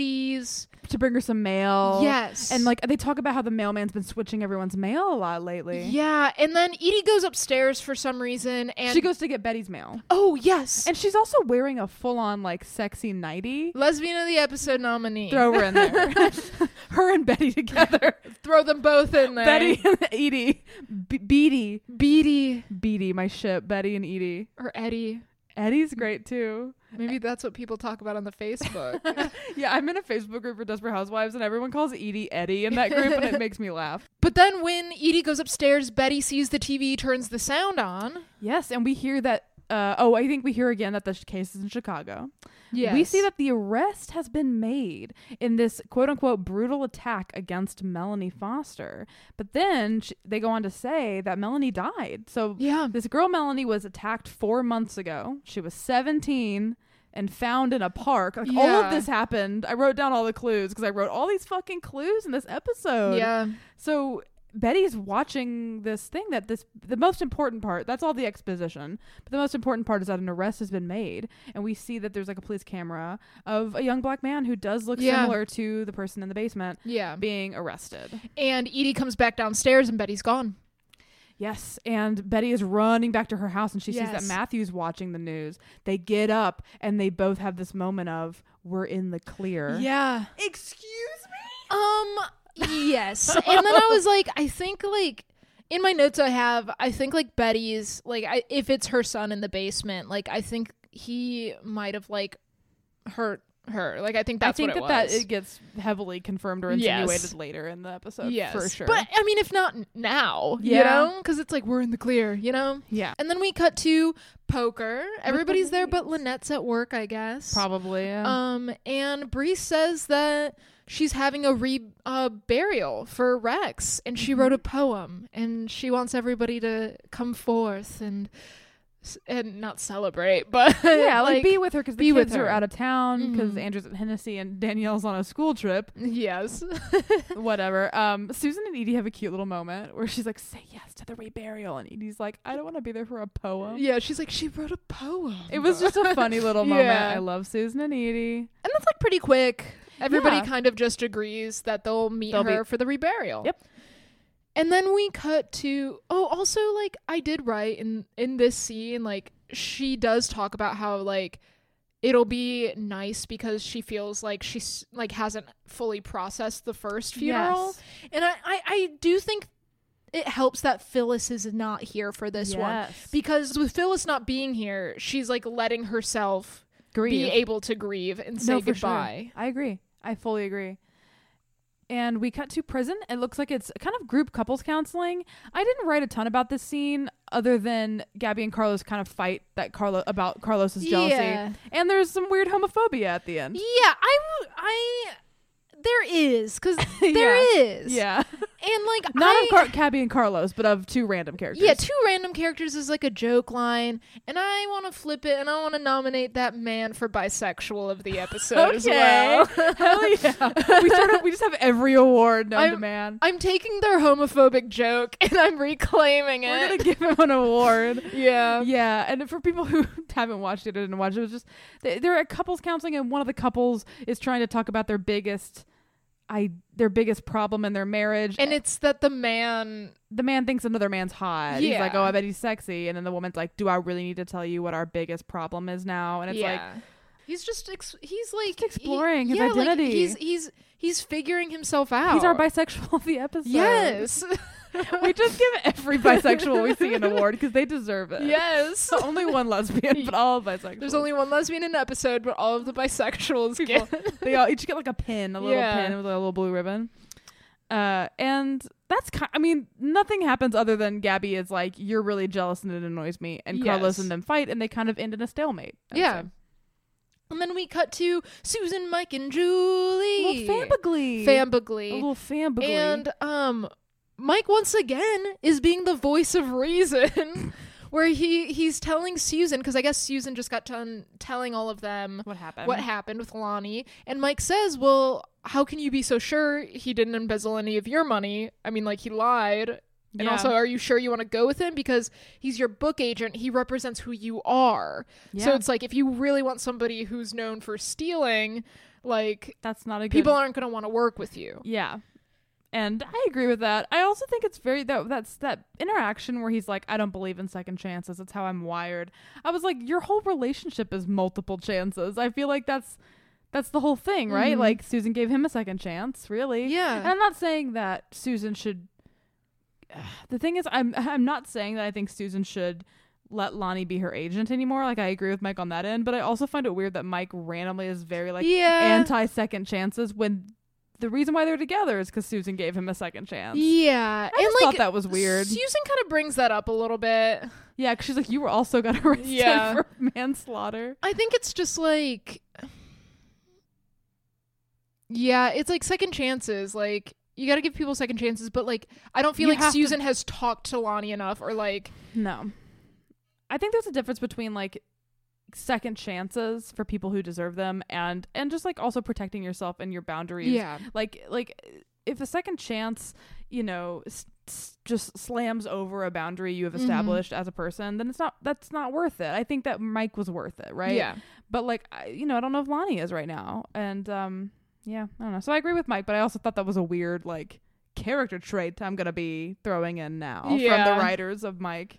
[SPEAKER 1] Edie's.
[SPEAKER 2] to bring her some mail.
[SPEAKER 1] Yes.
[SPEAKER 2] Oh, And like they talk about how the mailman's been switching everyone's mail a lot lately.
[SPEAKER 1] Yeah, and then Edie goes upstairs for some reason and
[SPEAKER 2] she goes to get Betty's mail.
[SPEAKER 1] Oh yes.
[SPEAKER 2] And she's also wearing a full on like sexy nighty.
[SPEAKER 1] Lesbian of the episode nominee.
[SPEAKER 2] Throw her in there. her and Betty together.
[SPEAKER 1] Throw them both in there.
[SPEAKER 2] Betty and Edie. B- Beatty.
[SPEAKER 1] Beatty
[SPEAKER 2] Beatty, my ship. Betty and Edie.
[SPEAKER 1] or Eddie.
[SPEAKER 2] Eddie's great too.
[SPEAKER 1] Maybe that's what people talk about on the Facebook.
[SPEAKER 2] Yeah, I'm in a Facebook group for Desperate Housewives and everyone calls Edie Eddie in that group and it makes me laugh.
[SPEAKER 1] but then when Edie goes upstairs, Betty sees the TV, turns the sound on.
[SPEAKER 2] Yes, and we hear that. Uh, oh, I think we hear again that the sh- case is in Chicago.
[SPEAKER 1] Yes.
[SPEAKER 2] We see that the arrest has been made in this quote unquote brutal attack against Melanie Foster. But then sh they go on to say that Melanie died. So
[SPEAKER 1] Yeah.
[SPEAKER 2] this girl, Melanie, was attacked four months ago. She was 17 and found in a park. Like, All
[SPEAKER 1] Yeah.
[SPEAKER 2] of this happened. I wrote down all the clues because I wrote all these fucking clues in this episode.
[SPEAKER 1] Yeah.
[SPEAKER 2] So Betty's watching this thing that this the most important part that's all the exposition but the most important part is that an arrest has been made and we see that there's like a police camera of a young black man who does look
[SPEAKER 1] Yeah.
[SPEAKER 2] similar to the person in the basement
[SPEAKER 1] Yeah.
[SPEAKER 2] being arrested.
[SPEAKER 1] And Edie comes back downstairs and Betty's gone.
[SPEAKER 2] Yes, and Betty is running back to her house and she sees
[SPEAKER 1] Yes.
[SPEAKER 2] that Matthew's watching the news. They get up and they both have this moment of we're in the clear.
[SPEAKER 1] Yeah.
[SPEAKER 2] Excuse me?
[SPEAKER 1] Um. Yes. and then I was like, I think like in my notes I have, I think like Betty's like, I, if it's her son in the basement, like I think he might have like hurt her. Like I think that's
[SPEAKER 2] I think
[SPEAKER 1] what it
[SPEAKER 2] that that
[SPEAKER 1] was.
[SPEAKER 2] it gets heavily confirmed or
[SPEAKER 1] Yes.
[SPEAKER 2] insinuated later in the episode
[SPEAKER 1] yes,
[SPEAKER 2] for sure.
[SPEAKER 1] But I mean, if not n- now, you
[SPEAKER 2] Yeah.
[SPEAKER 1] know, because it's like we're in the clear, you know.
[SPEAKER 2] yeah.
[SPEAKER 1] And then we cut to poker. Everybody's there, but
[SPEAKER 2] ladies. Um,
[SPEAKER 1] Lynette's at work, I guess.
[SPEAKER 2] Probably. Yeah.
[SPEAKER 1] Um, and Bree says that she's having a re uh, burial for Rex, and she wrote a
[SPEAKER 2] Mm-hmm.
[SPEAKER 1] poem, and she wants everybody to come forth and s- and not celebrate, but
[SPEAKER 2] yeah, like, be with her because the
[SPEAKER 1] be with
[SPEAKER 2] kids are
[SPEAKER 1] her.
[SPEAKER 2] out of town because
[SPEAKER 1] Mhm.
[SPEAKER 2] Andrew's at Hennessy and Danielle's on a school trip.
[SPEAKER 1] yes,
[SPEAKER 2] Whatever. Um, Susan and Edie have a cute little moment where she's like, "Say yes to the reburial," and Edie's like, "I don't want to be there for a poem."
[SPEAKER 1] yeah. She's like she wrote a poem.
[SPEAKER 2] It was just a funny little moment.
[SPEAKER 1] Yeah.
[SPEAKER 2] I love Susan and Edie.
[SPEAKER 1] and that's like pretty quick. Everybody
[SPEAKER 2] Yeah.
[SPEAKER 1] kind of just agrees that they'll meet
[SPEAKER 2] They'll be-
[SPEAKER 1] her for the reburial.
[SPEAKER 2] Yep.
[SPEAKER 1] And then we cut to oh, also like I did write in in this scene like she does talk about how like it'll be nice because she feels like she's like hasn't fully processed the first funeral,
[SPEAKER 2] Yes.
[SPEAKER 1] and I, I I do think it helps that Phyllis is not here for this one
[SPEAKER 2] Yes.
[SPEAKER 1] because with Phyllis not being here, she's like letting herself be
[SPEAKER 2] Grieve.
[SPEAKER 1] able to grieve and say
[SPEAKER 2] No, for sure.
[SPEAKER 1] goodbye.
[SPEAKER 2] I agree. I fully agree. And we cut to prison. It looks like it's kind of group couples counseling. I didn't write a ton about this scene other than Gabby and Carlos kind of fight that Carlo about Carlos's jealousy.
[SPEAKER 1] Yeah.
[SPEAKER 2] And there's some weird homophobia at the end.
[SPEAKER 1] Yeah, I, w- I, there is, cause
[SPEAKER 2] Yeah.
[SPEAKER 1] there is,
[SPEAKER 2] Yeah.
[SPEAKER 1] and like
[SPEAKER 2] Not
[SPEAKER 1] I,
[SPEAKER 2] of Car- Gabby and Carlos, but of two random characters.
[SPEAKER 1] yeah, two random characters is like a joke line, and I want to flip it, and I want to nominate that man for bisexual of the episode as
[SPEAKER 2] okay.
[SPEAKER 1] well.
[SPEAKER 2] Hell yeah. we sort of we just have every award known to
[SPEAKER 1] I'm-
[SPEAKER 2] man.
[SPEAKER 1] I'm taking their homophobic joke and I'm reclaiming it.
[SPEAKER 2] We're gonna give him an award.
[SPEAKER 1] yeah.
[SPEAKER 2] yeah and for people who haven't watched it or didn't watch it, it was just they- they're at couples counseling and one of the couples is trying to talk about their biggest i their biggest problem in their marriage
[SPEAKER 1] And it's that the man
[SPEAKER 2] the man thinks another man's hot he's like
[SPEAKER 1] Yeah.
[SPEAKER 2] oh i bet he's sexy and then the woman's like do i really need to tell you what our biggest problem is now and it's like
[SPEAKER 1] he's just ex- he's like
[SPEAKER 2] exploring his
[SPEAKER 1] yeah, like,
[SPEAKER 2] identity.
[SPEAKER 1] he's he's he's figuring himself out.
[SPEAKER 2] he's our bisexual of the episode
[SPEAKER 1] Yes.
[SPEAKER 2] we just give every bisexual we see an award because they deserve it
[SPEAKER 1] yes.
[SPEAKER 2] only one lesbian but all bisexual
[SPEAKER 1] There's only one lesbian in an episode, but all of the bisexuals
[SPEAKER 2] People-
[SPEAKER 1] get
[SPEAKER 2] they all each get like a pin, a little
[SPEAKER 1] Yeah.
[SPEAKER 2] pin with a little blue ribbon. Uh, and that's kind. I mean, nothing happens other than Gabby is like, "You're really jealous and it annoys me." And Carlos
[SPEAKER 1] Yes.
[SPEAKER 2] and them fight, and they kind of end in a stalemate. I'd
[SPEAKER 1] Yeah.
[SPEAKER 2] say.
[SPEAKER 1] And then we cut to Susan, Mike, and Julie.
[SPEAKER 2] a little fambugly, a
[SPEAKER 1] Fambugly.
[SPEAKER 2] little fambugly.
[SPEAKER 1] And um Mike once again is being the voice of reason where he he's telling Susan cuz I guess Susan just got done telling all of them
[SPEAKER 2] what happened?
[SPEAKER 1] what happened with Lonnie. And Mike says, Well, how can you be so sure he didn't embezzle any of your money? I mean, like, he lied. And
[SPEAKER 2] Yeah.
[SPEAKER 1] also, are you sure you want to go with him? Because he's your book agent. He represents who you are. So
[SPEAKER 2] Yeah.
[SPEAKER 1] it's like, if you really want somebody who's known for stealing, like,
[SPEAKER 2] That's not a good.
[SPEAKER 1] people aren't going to want to work with you.
[SPEAKER 2] yeah. And I agree with that. I also think it's very that that's that interaction where he's like, "I don't believe in second chances. That's how I'm wired." I was like, "Your whole relationship is multiple chances." I feel like that's that's the whole thing, right?
[SPEAKER 1] Mhm.
[SPEAKER 2] Like Susan gave him a second chance, really.
[SPEAKER 1] Yeah.
[SPEAKER 2] And I'm not saying that Susan should. the thing is, I'm I'm not saying that I think Susan should let Lonnie be her agent anymore. Like I agree with Mike on that end, but I also find it weird that Mike randomly is very like
[SPEAKER 1] yeah.
[SPEAKER 2] anti second chances when the reason why they're together is because Susan gave him a second chance.
[SPEAKER 1] yeah.
[SPEAKER 2] I
[SPEAKER 1] and
[SPEAKER 2] just
[SPEAKER 1] like,
[SPEAKER 2] thought that was weird.
[SPEAKER 1] Susan kind of brings that up a little bit.
[SPEAKER 2] yeah, 'cause she's like, you were also got arrested
[SPEAKER 1] Yeah.
[SPEAKER 2] for manslaughter.
[SPEAKER 1] I think it's just like Yeah, it's like second chances. Like you got to give people second chances, but like I don't feel
[SPEAKER 2] You
[SPEAKER 1] like
[SPEAKER 2] have to-
[SPEAKER 1] Susan has talked to Lonnie enough or like
[SPEAKER 2] No, I think there's a difference between like second chances for people who deserve them and and just like also protecting yourself and your boundaries. like like if a second chance you know s- s- just slams over a boundary you have
[SPEAKER 1] Mhm.
[SPEAKER 2] established as a person then it's not that's not worth it i think that mike was worth it right
[SPEAKER 1] Yeah.
[SPEAKER 2] but like I, you know i don't know if lonnie is right now and um yeah i don't know so i agree with mike but i also thought that was a weird like character trait i'm gonna be throwing in now from
[SPEAKER 1] Yeah.
[SPEAKER 2] the writers of mike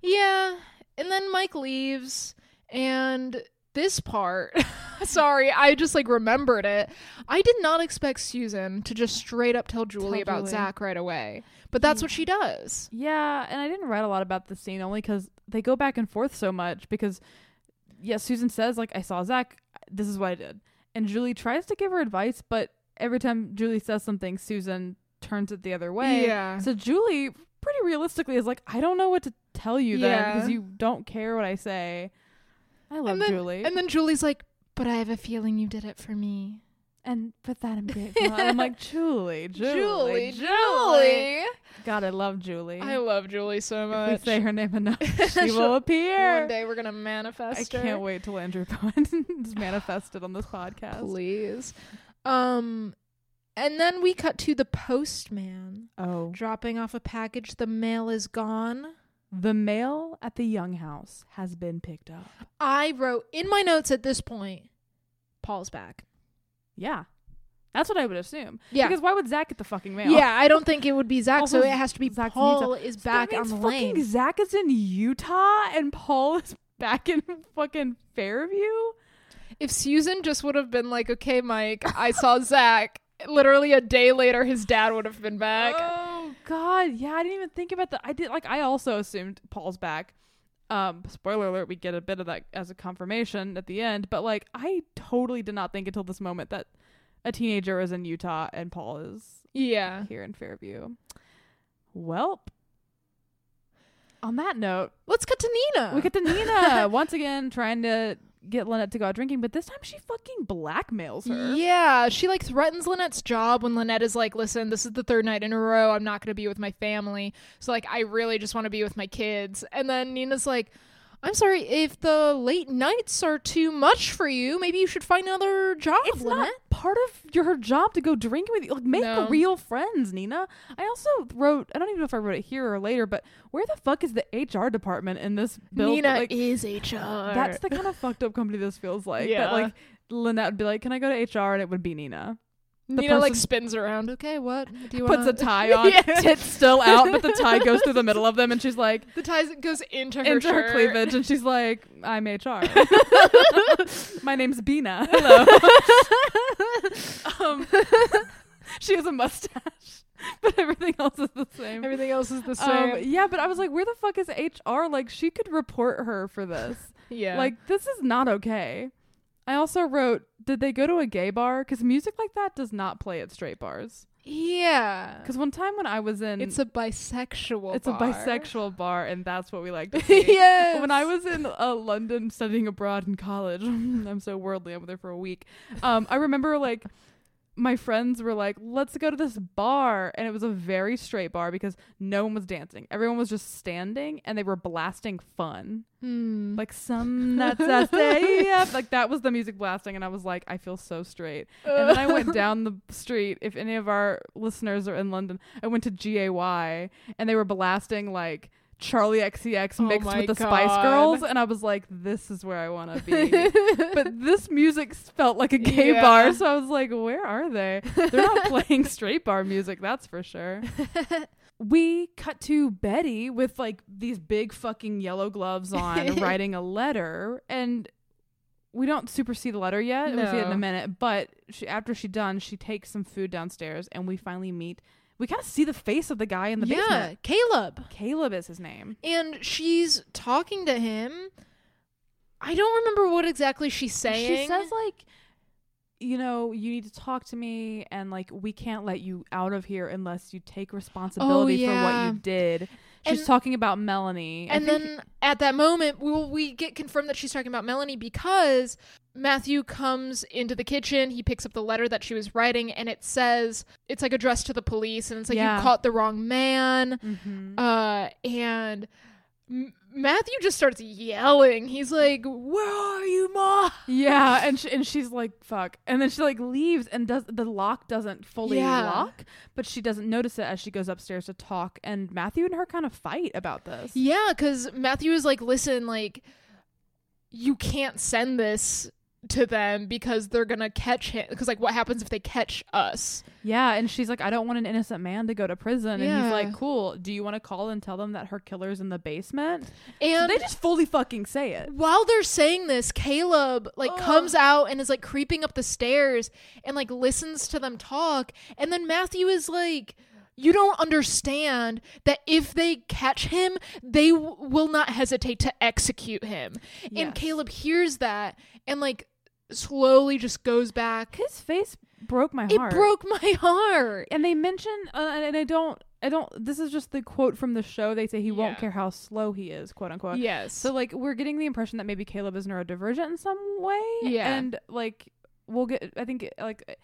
[SPEAKER 1] Yeah. And then Mike leaves and this part sorry, I just like remembered it. I did not expect Susan to just straight up tell Julie
[SPEAKER 2] Tell
[SPEAKER 1] about
[SPEAKER 2] Julie.
[SPEAKER 1] Zach right away. But that's what she does.
[SPEAKER 2] Yeah, and I didn't write a lot about this scene only because they go back and forth so much. Because, yeah, Susan says, like, I saw Zach, this is what I did. And Julie tries to give her advice, but every time Julie says something, Susan turns it the other way.
[SPEAKER 1] Yeah.
[SPEAKER 2] So Julie, pretty realistically, is like, I don't know what to tell you then because
[SPEAKER 1] Yeah.
[SPEAKER 2] you don't care what I say. I love
[SPEAKER 1] then-
[SPEAKER 2] Julie.
[SPEAKER 1] And then Julie's like, "But I have a feeling you did it for me."
[SPEAKER 2] and put that in big font. I'm like, Julie, Julie,
[SPEAKER 1] Julie, Julie.
[SPEAKER 2] God, I love Julie.
[SPEAKER 1] I love Julie so
[SPEAKER 2] if we
[SPEAKER 1] much.
[SPEAKER 2] say her name enough, she will
[SPEAKER 1] She'll-
[SPEAKER 2] appear.
[SPEAKER 1] One day we're gonna
[SPEAKER 2] I
[SPEAKER 1] manifest. her.
[SPEAKER 2] can't wait till Andrew Bowen is manifested on this podcast.
[SPEAKER 1] Please. Um, and then we cut to the postman
[SPEAKER 2] Oh,
[SPEAKER 1] dropping off a package. The mail is gone.
[SPEAKER 2] the mail at the Young House has been picked up.
[SPEAKER 1] I wrote in my notes at this point. Paul's back.
[SPEAKER 2] Yeah, that's what I would assume.
[SPEAKER 1] Yeah.
[SPEAKER 2] because why would Zach get the fucking mail?
[SPEAKER 1] Yeah, I don't think it would be Zach, so
[SPEAKER 2] Also,
[SPEAKER 1] it has to be
[SPEAKER 2] Zach needs
[SPEAKER 1] Paul is
[SPEAKER 2] So that
[SPEAKER 1] back on
[SPEAKER 2] means
[SPEAKER 1] the
[SPEAKER 2] fucking
[SPEAKER 1] lane.
[SPEAKER 2] Zach is in Utah and Paul is back in fucking Fairview.
[SPEAKER 1] If Susan just would have been like, "Okay, Mike, I saw Zach." Literally a day later, his dad would have been back.
[SPEAKER 2] Oh God, yeah, I didn't even think about that. I did like I also assumed Paul's back. Um, spoiler alert, we get a bit of that as a confirmation at the end, but like I totally did not think until this moment that a teenager is in Utah and Paul is
[SPEAKER 1] yeah.
[SPEAKER 2] here in Fairview. Welp. On that note,
[SPEAKER 1] Let's cut to Nina.
[SPEAKER 2] we get to Nina once again trying to get Lynette to go out drinking, but this time she fucking blackmails her.
[SPEAKER 1] Yeah, she like threatens Lynette's job when Lynette is like, "Listen, this is the third night in a row. I'm not going to be with my family. So like, I really just want to be with my kids." And then Nina's like, "I'm sorry if the late nights are too much for you. Maybe you should find another job,
[SPEAKER 2] it's
[SPEAKER 1] Lynette."
[SPEAKER 2] not part of your her job to go drinking with you. Like, make
[SPEAKER 1] No.
[SPEAKER 2] real friends, Nina. I also wrote. I don't even know if I wrote it here or later, but where the fuck is the HR department in this bill?
[SPEAKER 1] Nina E
[SPEAKER 2] like,
[SPEAKER 1] is HR.
[SPEAKER 2] that's the kind of fucked up company this feels like.
[SPEAKER 1] Yeah.
[SPEAKER 2] That like Lynette would be like, "Can I go to HR?" and it would be Nina. the
[SPEAKER 1] Nina like
[SPEAKER 2] person-
[SPEAKER 1] spins around. Okay, what do you
[SPEAKER 2] Puts
[SPEAKER 1] wanna-
[SPEAKER 2] a tie on,
[SPEAKER 1] Yeah.
[SPEAKER 2] tits still out, but the tie goes through the middle of them, and she's like
[SPEAKER 1] The tie goes into her
[SPEAKER 2] into her
[SPEAKER 1] shirt.
[SPEAKER 2] cleavage, and she's like, "I'm HR. My name's Bina. Hello." um, she has a mustache, but everything else is the same.
[SPEAKER 1] Everything else is the
[SPEAKER 2] Um,
[SPEAKER 1] same.
[SPEAKER 2] yeah, but I was like, where the fuck is HR? Like, she could report her for this.
[SPEAKER 1] yeah,
[SPEAKER 2] Like, this is not okay. I also wrote, did they go to a gay bar? Because music like that does not play at straight bars.
[SPEAKER 1] yeah.
[SPEAKER 2] Because one time when I was in,
[SPEAKER 1] It's a bisexual.
[SPEAKER 2] it's a
[SPEAKER 1] bar.
[SPEAKER 2] bisexual bar, and that's what we like to see.
[SPEAKER 1] yes.
[SPEAKER 2] When I was in uh, London studying abroad in college, I'm so worldly. I'm there for a week. Um, I remember like my friends were like, "Let's go to this bar," and it was a very straight bar because no one was dancing. Everyone was just standing, and they were blasting fun,
[SPEAKER 1] Hmm.
[SPEAKER 2] like some nuts I say up. Like that was the music blasting, and I was like, "I feel so straight."
[SPEAKER 1] Uh.
[SPEAKER 2] And then I went down the street. If any of our listeners are in London, I went to GAY and they were blasting like Charlie XCX
[SPEAKER 1] Oh
[SPEAKER 2] mixed
[SPEAKER 1] my
[SPEAKER 2] with the Spice
[SPEAKER 1] God.
[SPEAKER 2] Girls, and I was like, "This is where I want to be." but this music s- felt like a gay
[SPEAKER 1] Yeah.
[SPEAKER 2] bar, so I was like, "Where are they? They're not playing straight bar music, that's for sure." we cut to Betty with like these big fucking yellow gloves on, writing a letter, and we don't super see the letter yet. We'll see it in
[SPEAKER 1] No.
[SPEAKER 2] a minute. But she, after she done, she takes some food downstairs, and we finally meet. We kind of see the face of the guy in the
[SPEAKER 1] yeah,
[SPEAKER 2] basement.
[SPEAKER 1] Caleb.
[SPEAKER 2] Caleb is his name.
[SPEAKER 1] And she's talking to him. I don't remember what exactly she's saying.
[SPEAKER 2] She says like, you know, you need to talk to me, and like we can't let you out of here unless you take responsibility for
[SPEAKER 1] Oh, yeah.
[SPEAKER 2] what you did. She's
[SPEAKER 1] And-
[SPEAKER 2] talking about Melanie, I
[SPEAKER 1] and
[SPEAKER 2] think-
[SPEAKER 1] then at that moment, we will, we get confirmed that she's talking about Melanie because Matthew comes into the kitchen. He picks up the letter that she was writing, and it says it's like addressed to the police, and it's like
[SPEAKER 2] Yeah.
[SPEAKER 1] you caught the wrong man.
[SPEAKER 2] Mhm.
[SPEAKER 1] Uh, and M- Matthew just starts yelling. He's like, "Where are you, Ma?"
[SPEAKER 2] Yeah, and she, and she's like, "Fuck," and then she like leaves, and does the lock doesn't fully
[SPEAKER 1] Yeah.
[SPEAKER 2] lock, but she doesn't notice it as she goes upstairs to talk. And Matthew and her kind of fight about this.
[SPEAKER 1] Yeah, because Matthew is like, listen, like, you can't send this to them because they're gonna catch him. Because like, what happens if they catch us?
[SPEAKER 2] Yeah, and she's like, "I don't want an innocent man to go to prison," and he's
[SPEAKER 1] Yeah.
[SPEAKER 2] like, "Cool. Do you want to call and tell them that her killer's in the basement?" So
[SPEAKER 1] And
[SPEAKER 2] they just fully fucking say it.
[SPEAKER 1] while they're saying this, Caleb like
[SPEAKER 2] Ugh.
[SPEAKER 1] comes out and is like creeping up the stairs and like listens to them talk. And then Matthew is like. You don't understand that if they catch him, they w- will not hesitate to execute him.
[SPEAKER 2] Yes.
[SPEAKER 1] And Caleb hears that and like slowly just goes back
[SPEAKER 2] His face broke my
[SPEAKER 1] It
[SPEAKER 2] heart.
[SPEAKER 1] broke my heart.
[SPEAKER 2] and they mention uh, and I don't I don't this is just the quote from the show they say he won't
[SPEAKER 1] Yeah.
[SPEAKER 2] care how slow he is quote unquote
[SPEAKER 1] Yes.
[SPEAKER 2] so like we're getting the impression that maybe Caleb is neurodivergent in some way
[SPEAKER 1] Yeah.
[SPEAKER 2] and like we'll get. I think like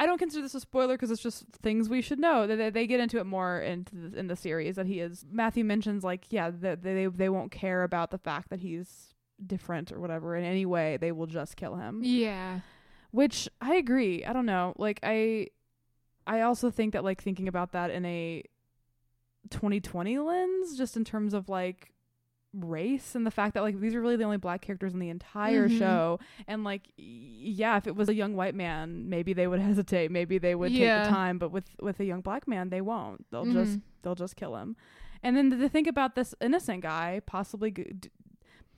[SPEAKER 2] I don't consider this a spoiler because it's just things we should know. They, they, they get into it more in the, in the series that he is. Matthew mentions like yeah that they they won't care about the fact that he's different or whatever in any way. They will just kill him.
[SPEAKER 1] Yeah.
[SPEAKER 2] Which I agree. I don't know. Like I, I also think that like thinking about that in a 2020 lens, just in terms of like race and the fact that like these are really the only black characters in the entire
[SPEAKER 1] Mhm.
[SPEAKER 2] show and like y- yeah if it was a young white man maybe they would hesitate maybe they would take
[SPEAKER 1] Yeah.
[SPEAKER 2] the time but with with a young black man they won't they'll just
[SPEAKER 1] Mhm.
[SPEAKER 2] they'll just kill him and then to think about this innocent guy possibly g- d-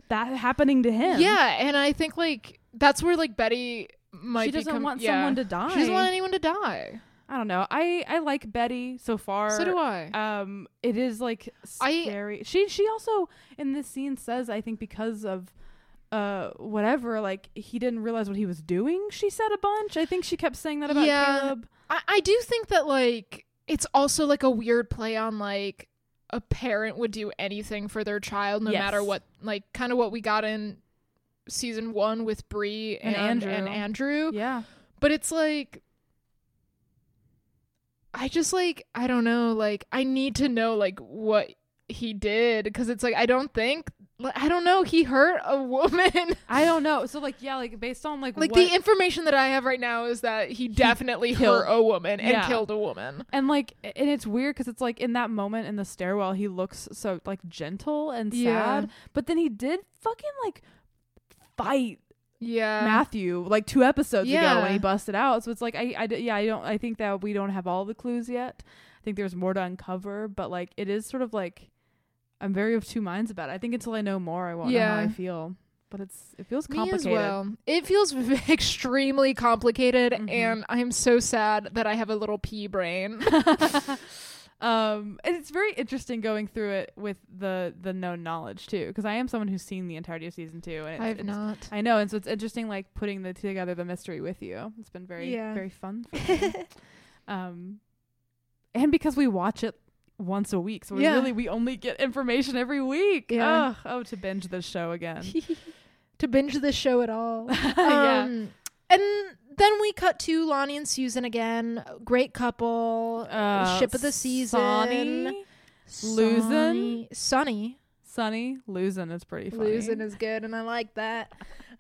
[SPEAKER 2] that happening to him
[SPEAKER 1] Yeah, and I think like that's where like Betty might
[SPEAKER 2] she doesn't
[SPEAKER 1] become-
[SPEAKER 2] want
[SPEAKER 1] yeah.
[SPEAKER 2] someone to die
[SPEAKER 1] She doesn't want anyone to die.
[SPEAKER 2] i don't know i i like betty so far
[SPEAKER 1] so do I.
[SPEAKER 2] um it is like
[SPEAKER 1] I-
[SPEAKER 2] scary she she also in this scene says i think because of uh whatever like he didn't realize what he was doing she said a bunch i think she kept saying that about
[SPEAKER 1] Yeah.
[SPEAKER 2] caleb
[SPEAKER 1] I, I do think that like it's also like a weird play on like a parent would do anything for their child no
[SPEAKER 2] Yes.
[SPEAKER 1] matter what like kind of what we got in season one with Bree
[SPEAKER 2] And
[SPEAKER 1] and, and Andrew.
[SPEAKER 2] Andrew. yeah
[SPEAKER 1] But it's like I just like I don't know, like I need to know like what he did cuz it's like I don't think like, I don't know he hurt a woman.
[SPEAKER 2] i don't know so like yeah like based on like
[SPEAKER 1] like
[SPEAKER 2] what,
[SPEAKER 1] the information that I have right now is that he definitely
[SPEAKER 2] killed-
[SPEAKER 1] hurt a woman and
[SPEAKER 2] Yeah.
[SPEAKER 1] killed a woman.
[SPEAKER 2] and like and it's weird because it's like in that moment in the stairwell he looks so like gentle and
[SPEAKER 1] Yeah.
[SPEAKER 2] sad but then he did fucking like fight
[SPEAKER 1] Yeah.
[SPEAKER 2] Matthew like two episodes ago when
[SPEAKER 1] Yeah.
[SPEAKER 2] he busted out. So it's like I, I d- yeah I don't I think that we don't have all the clues yet. I think there's more to uncover, but like it is sort of like I'm very of two minds about it. I think until I know more, I won't know
[SPEAKER 1] Yeah.
[SPEAKER 2] how I feel. But it's it feels
[SPEAKER 1] Me as
[SPEAKER 2] complicated.
[SPEAKER 1] well. It feels v- extremely complicated,
[SPEAKER 2] Mhm.
[SPEAKER 1] and I'm so sad that I have a little pea brain.
[SPEAKER 2] um, and it's very interesting going through it with the the known knowledge too, because I am someone who's seen the entirety of season two, and it's,
[SPEAKER 1] I've
[SPEAKER 2] it's-
[SPEAKER 1] not.
[SPEAKER 2] I know, and so it's interesting like putting the together the mystery with you. It's been very
[SPEAKER 1] Yeah.
[SPEAKER 2] very fun for me. um and because we watch it once a week so we
[SPEAKER 1] Yeah.
[SPEAKER 2] really we only get information every week
[SPEAKER 1] Yeah.
[SPEAKER 2] Ugh, oh to binge this show again
[SPEAKER 1] to binge this show at all.
[SPEAKER 2] yeah
[SPEAKER 1] Um, And then we cut to Lonnie and Susan again. Great couple.
[SPEAKER 2] Uh,
[SPEAKER 1] ship of the season.
[SPEAKER 2] Sonny, Losing.
[SPEAKER 1] Sonny. Sonny.
[SPEAKER 2] Sonny losing is pretty funny
[SPEAKER 1] Losing is good, and I like that.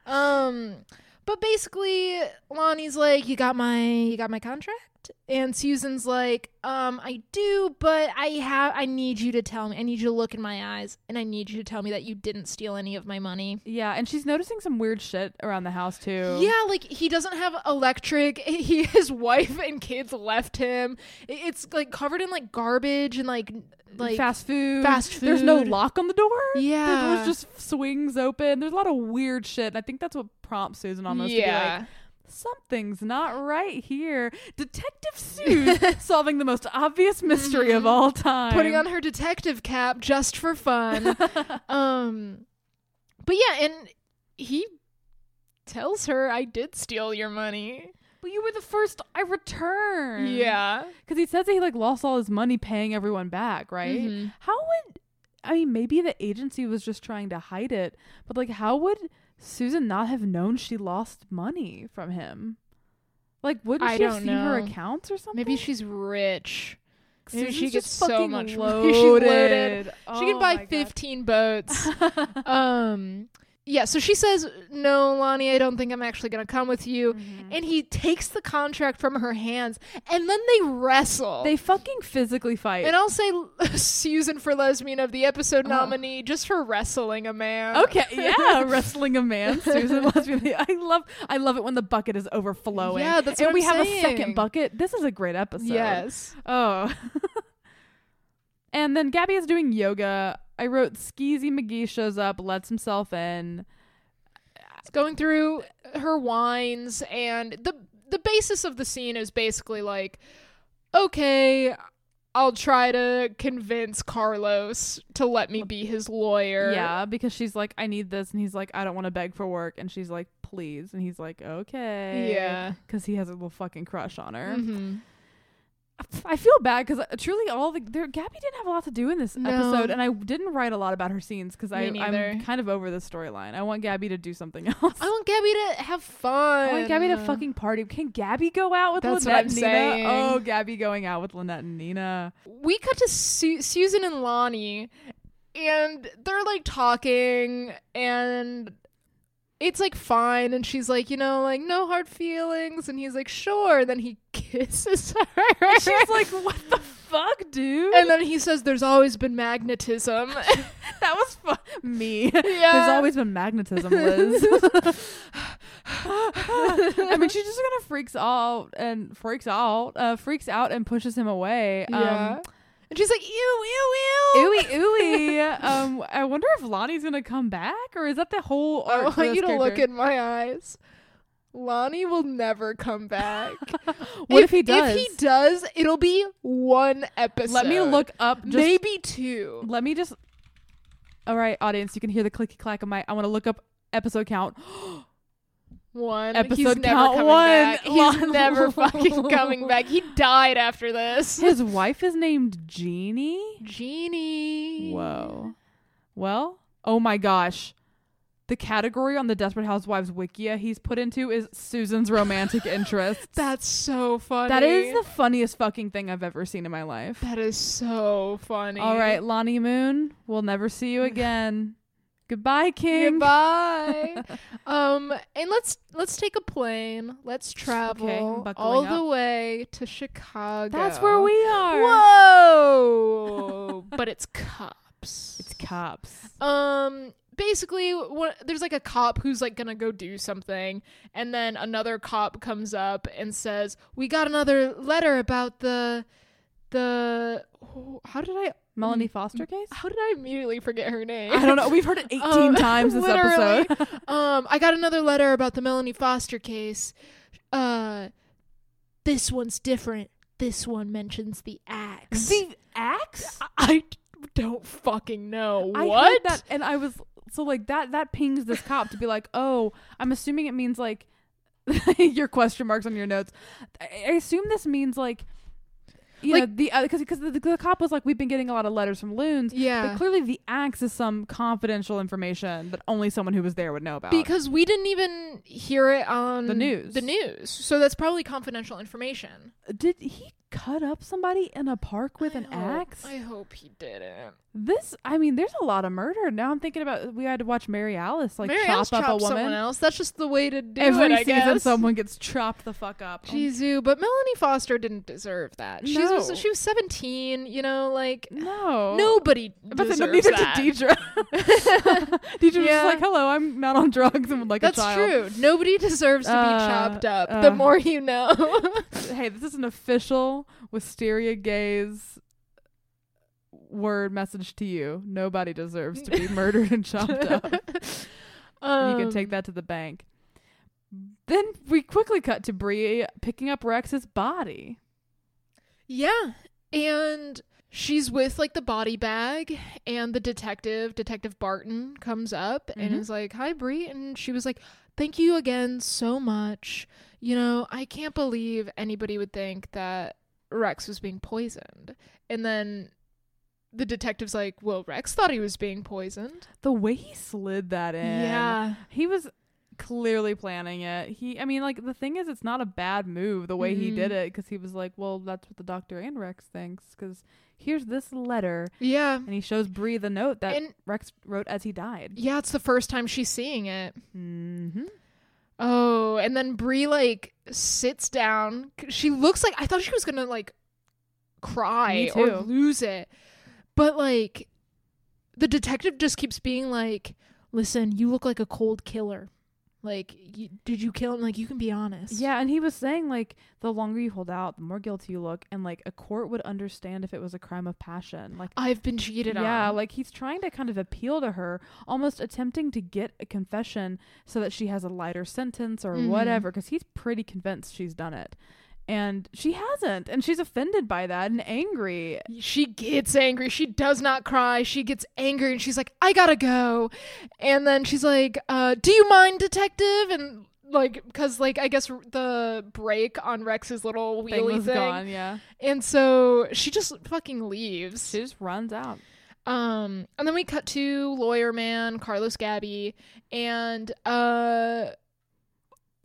[SPEAKER 1] Um, but basically, Lonnie's like, "You got my, you got my contract," and Susan's like, "Um, I do, but I have, I need you to tell me. I need you to look in my eyes, and I need you to tell me that you didn't steal any of my money."
[SPEAKER 2] yeah and she's noticing some weird shit around the house too
[SPEAKER 1] Yeah, like he doesn't have electric. He, his wife and kids left him. I- It's like covered in like garbage and like n- like
[SPEAKER 2] fast food
[SPEAKER 1] fast
[SPEAKER 2] there's no
[SPEAKER 1] food.
[SPEAKER 2] lock on the door
[SPEAKER 1] Yeah,
[SPEAKER 2] the doors just swings open there's a lot of weird shit and i think that's what prompts susan almost to be like
[SPEAKER 1] yeah.
[SPEAKER 2] Something's not right here. Detective Sue solving the most obvious mystery of all time.
[SPEAKER 1] Mm-hmm. putting on her detective cap just for fun. um but yeah, and he tells her I did steal your money.
[SPEAKER 2] Well, you were the first I returned.
[SPEAKER 1] Yeah.
[SPEAKER 2] Because he says that he like lost all his money paying everyone back, right?
[SPEAKER 1] Mhm.
[SPEAKER 2] How would I mean maybe the agency was just trying to hide it, but like how would Susan not have known she lost money from him? Like wouldn't
[SPEAKER 1] I
[SPEAKER 2] she have
[SPEAKER 1] don't
[SPEAKER 2] seen her
[SPEAKER 1] know.
[SPEAKER 2] accounts or something?
[SPEAKER 1] Maybe she's rich. maybe
[SPEAKER 2] Susan's
[SPEAKER 1] she
[SPEAKER 2] just
[SPEAKER 1] gets so
[SPEAKER 2] fucking
[SPEAKER 1] much money.
[SPEAKER 2] loaded.
[SPEAKER 1] She's loaded. she
[SPEAKER 2] Oh
[SPEAKER 1] can
[SPEAKER 2] my
[SPEAKER 1] buy
[SPEAKER 2] God.
[SPEAKER 1] 15 boats. um yeah, so she says, "No, Lonnie, I don't think I'm actually going to come with you."
[SPEAKER 2] Mm-hmm.
[SPEAKER 1] And he takes the contract from her hands and then they wrestle.
[SPEAKER 2] They fucking physically fight.
[SPEAKER 1] and I'll say Susan for lesbian of the episode
[SPEAKER 2] Oh.
[SPEAKER 1] nominee just for wrestling a man.
[SPEAKER 2] Okay, yeah, wrestling a man, Susan Lesbian. I love, I love it when the bucket is overflowing.
[SPEAKER 1] Yeah, that's
[SPEAKER 2] and
[SPEAKER 1] what
[SPEAKER 2] we
[SPEAKER 1] I'm
[SPEAKER 2] have a
[SPEAKER 1] saying.
[SPEAKER 2] second bucket. This is a great episode.
[SPEAKER 1] Yes.
[SPEAKER 2] Oh. and then Gabby is doing yoga. I wrote Skeezy McGee shows up, lets himself in.
[SPEAKER 1] Going through her wines and the the basis of the scene is basically like okay, I'll try to convince Carlos to let me be his lawyer.
[SPEAKER 2] Yeah, because she's like, I need this, and he's like, I don't want to beg for work, and she's like, please, and he's like, okay,
[SPEAKER 1] Yeah. Mm-hmm.
[SPEAKER 2] Mm-hmm. because he has a little fucking crush on her.
[SPEAKER 1] Mhm.
[SPEAKER 2] I feel bad because truly all the there Gabby didn't have a lot to do in this
[SPEAKER 1] No.
[SPEAKER 2] episode, and I didn't write a lot about her scenes because I
[SPEAKER 1] neither.
[SPEAKER 2] I'm kind of over this storyline. I want Gabby to do something else.
[SPEAKER 1] I want Gabby to have fun.
[SPEAKER 2] I want Gabby to fucking party. Can Gabby go out with
[SPEAKER 1] That's what
[SPEAKER 2] Lynette
[SPEAKER 1] I'm
[SPEAKER 2] and Nina?
[SPEAKER 1] saying.
[SPEAKER 2] Oh, Gabby going out with Lynette and Nina.
[SPEAKER 1] we cut to Su- Susan and Lonnie, and they're like talking, and it's like fine. And she's like, you know, like no hard feelings. And he's like, sure. And then he kisses her. And,
[SPEAKER 2] She's like, what the fuck, dude?
[SPEAKER 1] then he says, there's always been magnetism. um,
[SPEAKER 2] that was fu- me. There's
[SPEAKER 1] yeah.
[SPEAKER 2] always been magnetism, Liz. I mean, she just kind of freaks out and freaks out, uh, freaks out and pushes him away. Um,
[SPEAKER 1] yeah. and she's like, ew, ew, ew.
[SPEAKER 2] Ooey ooey. um, I wonder if Lonnie's gonna come back, or is that the whole?
[SPEAKER 1] I
[SPEAKER 2] Arc
[SPEAKER 1] want
[SPEAKER 2] for
[SPEAKER 1] you
[SPEAKER 2] this
[SPEAKER 1] to look
[SPEAKER 2] character?
[SPEAKER 1] in my eyes. Lonnie will never come back.
[SPEAKER 2] What if he does?
[SPEAKER 1] If he does, it'll be one episode.
[SPEAKER 2] Let me look up. Just,
[SPEAKER 1] Maybe two.
[SPEAKER 2] Let me just. All right, audience, you can hear the clicky clack of my. I want to look up episode count.
[SPEAKER 1] One
[SPEAKER 2] Episode
[SPEAKER 1] He's never
[SPEAKER 2] count
[SPEAKER 1] coming
[SPEAKER 2] one.
[SPEAKER 1] Back. He's
[SPEAKER 2] Lon-
[SPEAKER 1] never fucking coming back. He died after this.
[SPEAKER 2] His wife is named Jeannie.
[SPEAKER 1] Genie.
[SPEAKER 2] Whoa. Well, oh my gosh. The category on the Desperate Housewives Wikia he's put into is Susan's romantic interests.
[SPEAKER 1] That's so funny.
[SPEAKER 2] that is the funniest fucking thing I've ever seen in my life.
[SPEAKER 1] That is so funny.
[SPEAKER 2] All right, Lonnie Moon, we'll never see you again. Goodbye, King.
[SPEAKER 1] Goodbye. um, and let's let's take a plane. Let's travel
[SPEAKER 2] buckling
[SPEAKER 1] all the
[SPEAKER 2] up.
[SPEAKER 1] way to Chicago.
[SPEAKER 2] That's where we are.
[SPEAKER 1] Whoa! but it's cops.
[SPEAKER 2] It's cops.
[SPEAKER 1] Um, basically, what, there's like a cop who's like gonna go do something, and then another cop comes up and says, "We got another letter about the the oh, how did I
[SPEAKER 2] Melanie Foster case?
[SPEAKER 1] how did I immediately forget her name?
[SPEAKER 2] Mm. I don't know. We've heard it 18
[SPEAKER 1] Um,
[SPEAKER 2] times this
[SPEAKER 1] literally.
[SPEAKER 2] episode.
[SPEAKER 1] um, I got another letter about the Melanie Foster case. Uh, this one's different. This one mentions the axe.
[SPEAKER 2] axe?
[SPEAKER 1] I- I don't fucking know
[SPEAKER 2] I
[SPEAKER 1] what.
[SPEAKER 2] heard that and I was so like that that pings this cop to be like, "Oh, I'm assuming it means like your question marks on your notes. I I assume this means like you know
[SPEAKER 1] Like-
[SPEAKER 2] the because because the, the cop was like we've been getting a lot of letters from loons,
[SPEAKER 1] yeah.
[SPEAKER 2] but clearly the axe is some confidential information that only someone who was there would know about.
[SPEAKER 1] because we didn't even hear it on
[SPEAKER 2] The news.
[SPEAKER 1] The news. So that's probably confidential information.
[SPEAKER 2] did he cut up somebody in a park with
[SPEAKER 1] I
[SPEAKER 2] an
[SPEAKER 1] hope-
[SPEAKER 2] axe?
[SPEAKER 1] I hope he didn't.
[SPEAKER 2] this I mean, there's a lot of murder. Now I'm thinking about we had to watch Mary Alice like
[SPEAKER 1] Mary
[SPEAKER 2] chop
[SPEAKER 1] Alice
[SPEAKER 2] up a
[SPEAKER 1] chopped
[SPEAKER 2] woman.
[SPEAKER 1] someone else. That's just the way to do
[SPEAKER 2] Every
[SPEAKER 1] it. I
[SPEAKER 2] season,
[SPEAKER 1] guess.
[SPEAKER 2] someone gets chopped the fuck up. Oh
[SPEAKER 1] Jeez, but Melanie Foster didn't deserve that. She was
[SPEAKER 2] No.
[SPEAKER 1] she was seventeen. You know, like
[SPEAKER 2] No.
[SPEAKER 1] nobody
[SPEAKER 2] But
[SPEAKER 1] deserves
[SPEAKER 2] then, neither
[SPEAKER 1] that.
[SPEAKER 2] did Deidre. Deidre was
[SPEAKER 1] Yeah.
[SPEAKER 2] just like, hello, I'm not on drugs and would like
[SPEAKER 1] That's
[SPEAKER 2] a child.
[SPEAKER 1] true. Nobody deserves to be
[SPEAKER 2] Uh,
[SPEAKER 1] chopped up.
[SPEAKER 2] uh.
[SPEAKER 1] the more you know.
[SPEAKER 2] Hey, this is an official Wisteria Gaze word message to you. Nobody deserves to be murdered and chopped up.
[SPEAKER 1] um,
[SPEAKER 2] you can take that to the bank. Then we quickly cut to Bree picking up Rex's body.
[SPEAKER 1] Yeah. And she's with like the body bag and the detective, Detective Barton, comes up and
[SPEAKER 2] Mhm.
[SPEAKER 1] is like, Hi Bree and she was like, Thank you again so much. You know, I can't believe anybody would think that Rex was being poisoned. And then the detective's like, Well, Rex thought he was being poisoned.
[SPEAKER 2] The way he slid that in.
[SPEAKER 1] Yeah.
[SPEAKER 2] He was clearly planning it. He, I mean, like the thing is, it's not a bad move the way he
[SPEAKER 1] Mhm.
[SPEAKER 2] did it because he was like, "Well, that's what the doctor and Rex thinks." Because here's this letter,
[SPEAKER 1] Yeah.
[SPEAKER 2] and he shows Bree the note that
[SPEAKER 1] And
[SPEAKER 2] Rex wrote as he died.
[SPEAKER 1] yeah, it's the first time she's seeing it.
[SPEAKER 2] Mm-hmm.
[SPEAKER 1] Oh, and then Brie like sits down. She looks like I thought she was gonna like cry
[SPEAKER 2] Me
[SPEAKER 1] or
[SPEAKER 2] too.
[SPEAKER 1] lose it, but like the detective just keeps being like, "Listen, you look like a cold killer. Like, you, did you kill him? Like, you can be honest."
[SPEAKER 2] Yeah, and he was saying like, the longer you hold out, the more guilty you look, and like a court would understand if it was a crime of passion. Like,
[SPEAKER 1] I've been cheated on.
[SPEAKER 2] yeah, like he's trying to kind of appeal to her, almost attempting to get a confession so that she has a lighter sentence or
[SPEAKER 1] Mhm.
[SPEAKER 2] whatever, because he's pretty convinced she's done it. And she hasn't, and she's offended by that and angry.
[SPEAKER 1] she gets angry. She does not cry. She gets angry and she's like, I gotta go. And then she's like, uh, Do you mind, detective? And like because like I guess r- the brake on Rex's little
[SPEAKER 2] Thing
[SPEAKER 1] wheelie
[SPEAKER 2] was
[SPEAKER 1] thing,
[SPEAKER 2] gone. Yeah,
[SPEAKER 1] and so she just fucking leaves.
[SPEAKER 2] she just runs out.
[SPEAKER 1] Um, and then we cut to lawyer man Carlos Gabby, and uh,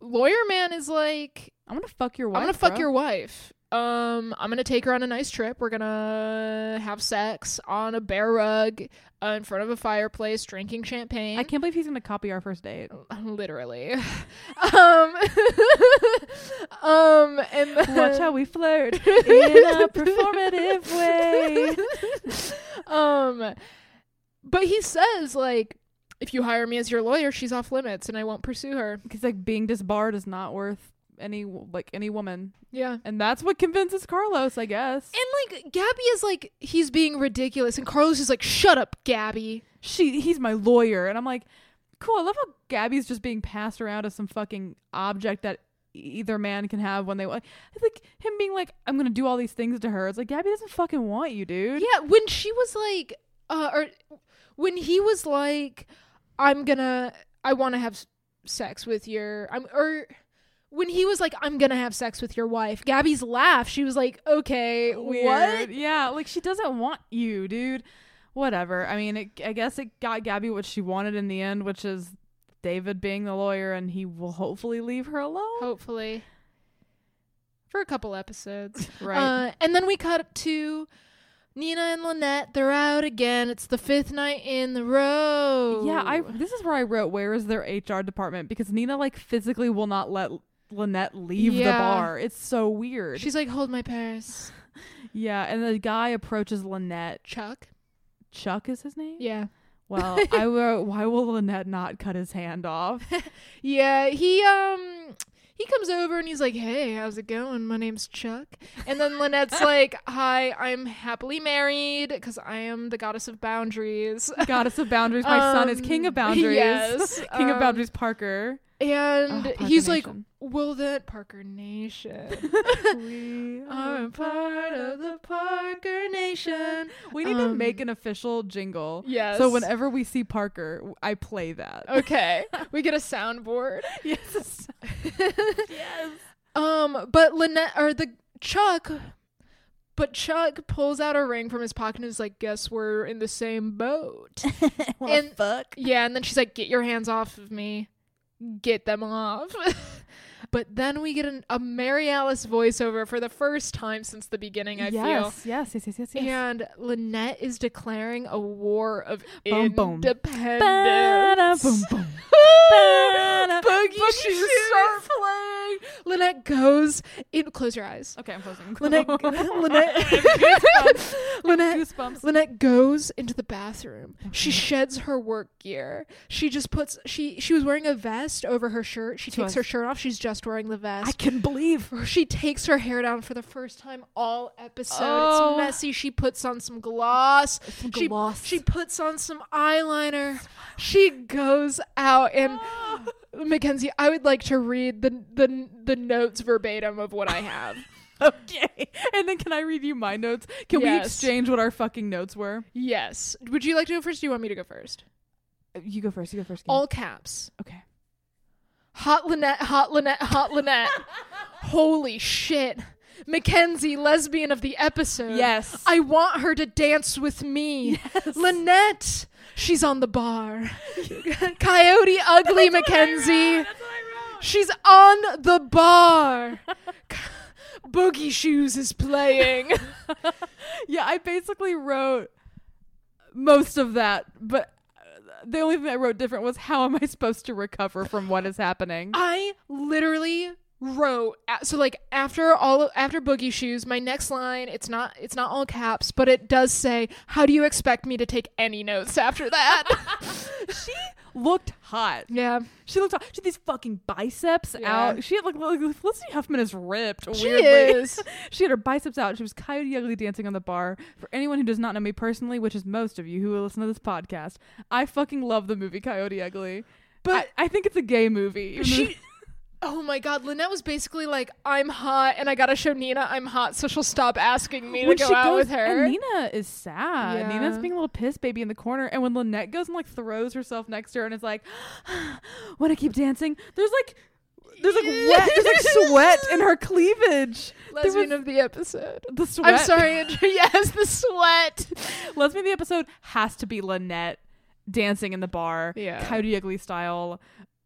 [SPEAKER 1] lawyer man is like,
[SPEAKER 2] I'm gonna fuck your wife.
[SPEAKER 1] I'm gonna fuck
[SPEAKER 2] bro.
[SPEAKER 1] your wife. Um, I'm gonna take her on a nice trip. We're gonna have sex on a bear rug uh, in front of a fireplace, drinking champagne.
[SPEAKER 2] I can't believe he's gonna copy our first date.
[SPEAKER 1] literally. um, um, and then,
[SPEAKER 2] Watch how we flirt in a performative way.
[SPEAKER 1] um, but he says like, if you hire me as your lawyer, she's off limits, and I won't pursue her.
[SPEAKER 2] Because like being disbarred is not worth any like any woman,
[SPEAKER 1] Yeah.
[SPEAKER 2] and that's what convinces Carlos, I guess.
[SPEAKER 1] And like Gabby is like he's being ridiculous, and Carlos is like, "Shut up, Gabby."
[SPEAKER 2] she he's my lawyer and i'm like cool i love how gabby's just being passed around as some fucking object that e- either man can have when they want it's like him being like i'm gonna do all these things to her it's like gabby doesn't fucking want you dude
[SPEAKER 1] Yeah, when she was like, uh, or when he was like, "I'm gonna, I want to have s- sex with your," I'm or. When he was like, "I'm gonna have sex with your wife," Gabby's laugh. She was like, "Okay, what?"
[SPEAKER 2] Weird. yeah like she doesn't want you dude whatever i mean it, i guess it got gabby what she wanted in the end which is david being the lawyer and he will hopefully leave her alone
[SPEAKER 1] Hopefully, for a couple episodes,
[SPEAKER 2] right
[SPEAKER 1] Uh, and then we cut to Nina and Lynette. They're out again. It's the fifth night in the row.
[SPEAKER 2] yeah i this is where i wrote where is their hr department because nina like physically will not let lynette leave
[SPEAKER 1] Yeah.
[SPEAKER 2] the bar it's so weird
[SPEAKER 1] She's like, "Hold my purse,
[SPEAKER 2] yeah and the guy approaches lynette
[SPEAKER 1] Chuck."
[SPEAKER 2] chuck is his name
[SPEAKER 1] Yeah.
[SPEAKER 2] well i wrote why will lynette not cut his hand off
[SPEAKER 1] Yeah, he um he comes over and he's like, "Hey, how's it going? My name's Chuck." And then Lynette's like, "Hi, I'm happily married because I am the goddess of boundaries."
[SPEAKER 2] goddess of boundaries my son is
[SPEAKER 1] Um,
[SPEAKER 2] king of boundaries
[SPEAKER 1] yes,
[SPEAKER 2] king
[SPEAKER 1] um,
[SPEAKER 2] of boundaries parker
[SPEAKER 1] And
[SPEAKER 2] Oh, Parker
[SPEAKER 1] he's like,
[SPEAKER 2] Nation.
[SPEAKER 1] "Well, then, Parker Nation."
[SPEAKER 2] we
[SPEAKER 1] are a part of the Parker Nation.
[SPEAKER 2] we need to
[SPEAKER 1] um,
[SPEAKER 2] make an official jingle
[SPEAKER 1] Yes.
[SPEAKER 2] so whenever we see parker w- i play that
[SPEAKER 1] okay, we get a soundboard.
[SPEAKER 2] yes yes
[SPEAKER 1] Um, but Lynette or the Chuck, but Chuck pulls out a ring from his pocket and is like, "Guess we're in the same boat." And-
[SPEAKER 2] fuck
[SPEAKER 1] yeah, and then she's like, "Get your hands off of me, get them off." but then we get an, a Mary Alice voiceover for the first time since the beginning. I feel.
[SPEAKER 2] yes, yes, yes, yes, yes, yes.
[SPEAKER 1] And Lynette is declaring a war of
[SPEAKER 2] Boom, boom.
[SPEAKER 1] independence.
[SPEAKER 2] Ba-da, boom, boom.
[SPEAKER 1] Boogie,
[SPEAKER 2] Ba-da,
[SPEAKER 1] Boogie
[SPEAKER 2] boogie
[SPEAKER 1] shoes
[SPEAKER 2] shoes.
[SPEAKER 1] start playing. Lynette goes in. Close your eyes.
[SPEAKER 2] Okay, I'm closing.
[SPEAKER 1] Lynette, Lynette,
[SPEAKER 2] Goosebumps.
[SPEAKER 1] Lynette,
[SPEAKER 2] Goosebumps.
[SPEAKER 1] Lynette goes into the bathroom. She sheds her work gear. She just puts she she was wearing a vest over her shirt. She
[SPEAKER 2] She
[SPEAKER 1] takes her
[SPEAKER 2] was.
[SPEAKER 1] shirt off. She's just wearing the vest.
[SPEAKER 2] I can believe.
[SPEAKER 1] Or she takes her hair down for the first time all episode.
[SPEAKER 2] Oh.
[SPEAKER 1] It's messy. She puts on some gloss.
[SPEAKER 2] Some
[SPEAKER 1] She-
[SPEAKER 2] gloss.
[SPEAKER 1] She puts on some eyeliner. She goes out and Mackenzie, I would like to read the the the notes verbatim of what I have.
[SPEAKER 2] okay. And then can I read you my notes? Can we
[SPEAKER 1] Yes.
[SPEAKER 2] exchange what our fucking notes were?
[SPEAKER 1] yes. Would you like to go first? Or do you want me to go first?
[SPEAKER 2] Uh, You go first. You go first. Kim.
[SPEAKER 1] All caps.
[SPEAKER 2] okay.
[SPEAKER 1] Hot Lynette, hot Lynette, hot Lynette. Holy shit. Mackenzie, lesbian of the
[SPEAKER 2] Uh,
[SPEAKER 1] episode.
[SPEAKER 2] Yes.
[SPEAKER 1] I want her to dance with me. Lynette, she's on the bar. Coyote Ugly Mackenzie, she's on the bar. Boogie Shoes is playing.
[SPEAKER 2] Yeah, I basically wrote most of that, but uh, the only thing I wrote different was how am I supposed to recover from what is happening?
[SPEAKER 1] I literally wrote a- so like after all after boogie shoes my next line it's not it's not all caps but it does say how do you expect me to take any notes after that
[SPEAKER 2] she looked hot.
[SPEAKER 1] yeah
[SPEAKER 2] She looked hot. She had these fucking biceps
[SPEAKER 1] Yeah.
[SPEAKER 2] out. She had like, like Felicity Huffman is ripped.
[SPEAKER 1] she
[SPEAKER 2] weirdly.
[SPEAKER 1] is
[SPEAKER 2] she had her biceps out. She was coyote ugly dancing on the bar. For anyone who does not know me personally, which is most of you who listen to this podcast, I fucking love the movie Coyote Ugly.
[SPEAKER 1] But-
[SPEAKER 2] But I, I think it's a gay movie. even though-
[SPEAKER 1] she oh my god lynette was basically like i'm hot and i gotta show nina i'm hot so she'll stop asking me
[SPEAKER 2] when
[SPEAKER 1] to go
[SPEAKER 2] she
[SPEAKER 1] out
[SPEAKER 2] goes,
[SPEAKER 1] with her
[SPEAKER 2] and Nina is sad.
[SPEAKER 1] Yeah.
[SPEAKER 2] Nina's being a little piss baby in the corner. And when Lynette goes and like throws herself next to her and is like, "Want to keep dancing?" There's like There's like wet. There's like sweat in her cleavage. There
[SPEAKER 1] Lesbian
[SPEAKER 2] was-
[SPEAKER 1] of the episode.
[SPEAKER 2] The sweat.
[SPEAKER 1] I'm sorry, Andrew. Yes, the sweat.
[SPEAKER 2] Lesbian of the episode has to be Lynette dancing in the bar,
[SPEAKER 1] Yeah.
[SPEAKER 2] Coyote Ugly style, uh,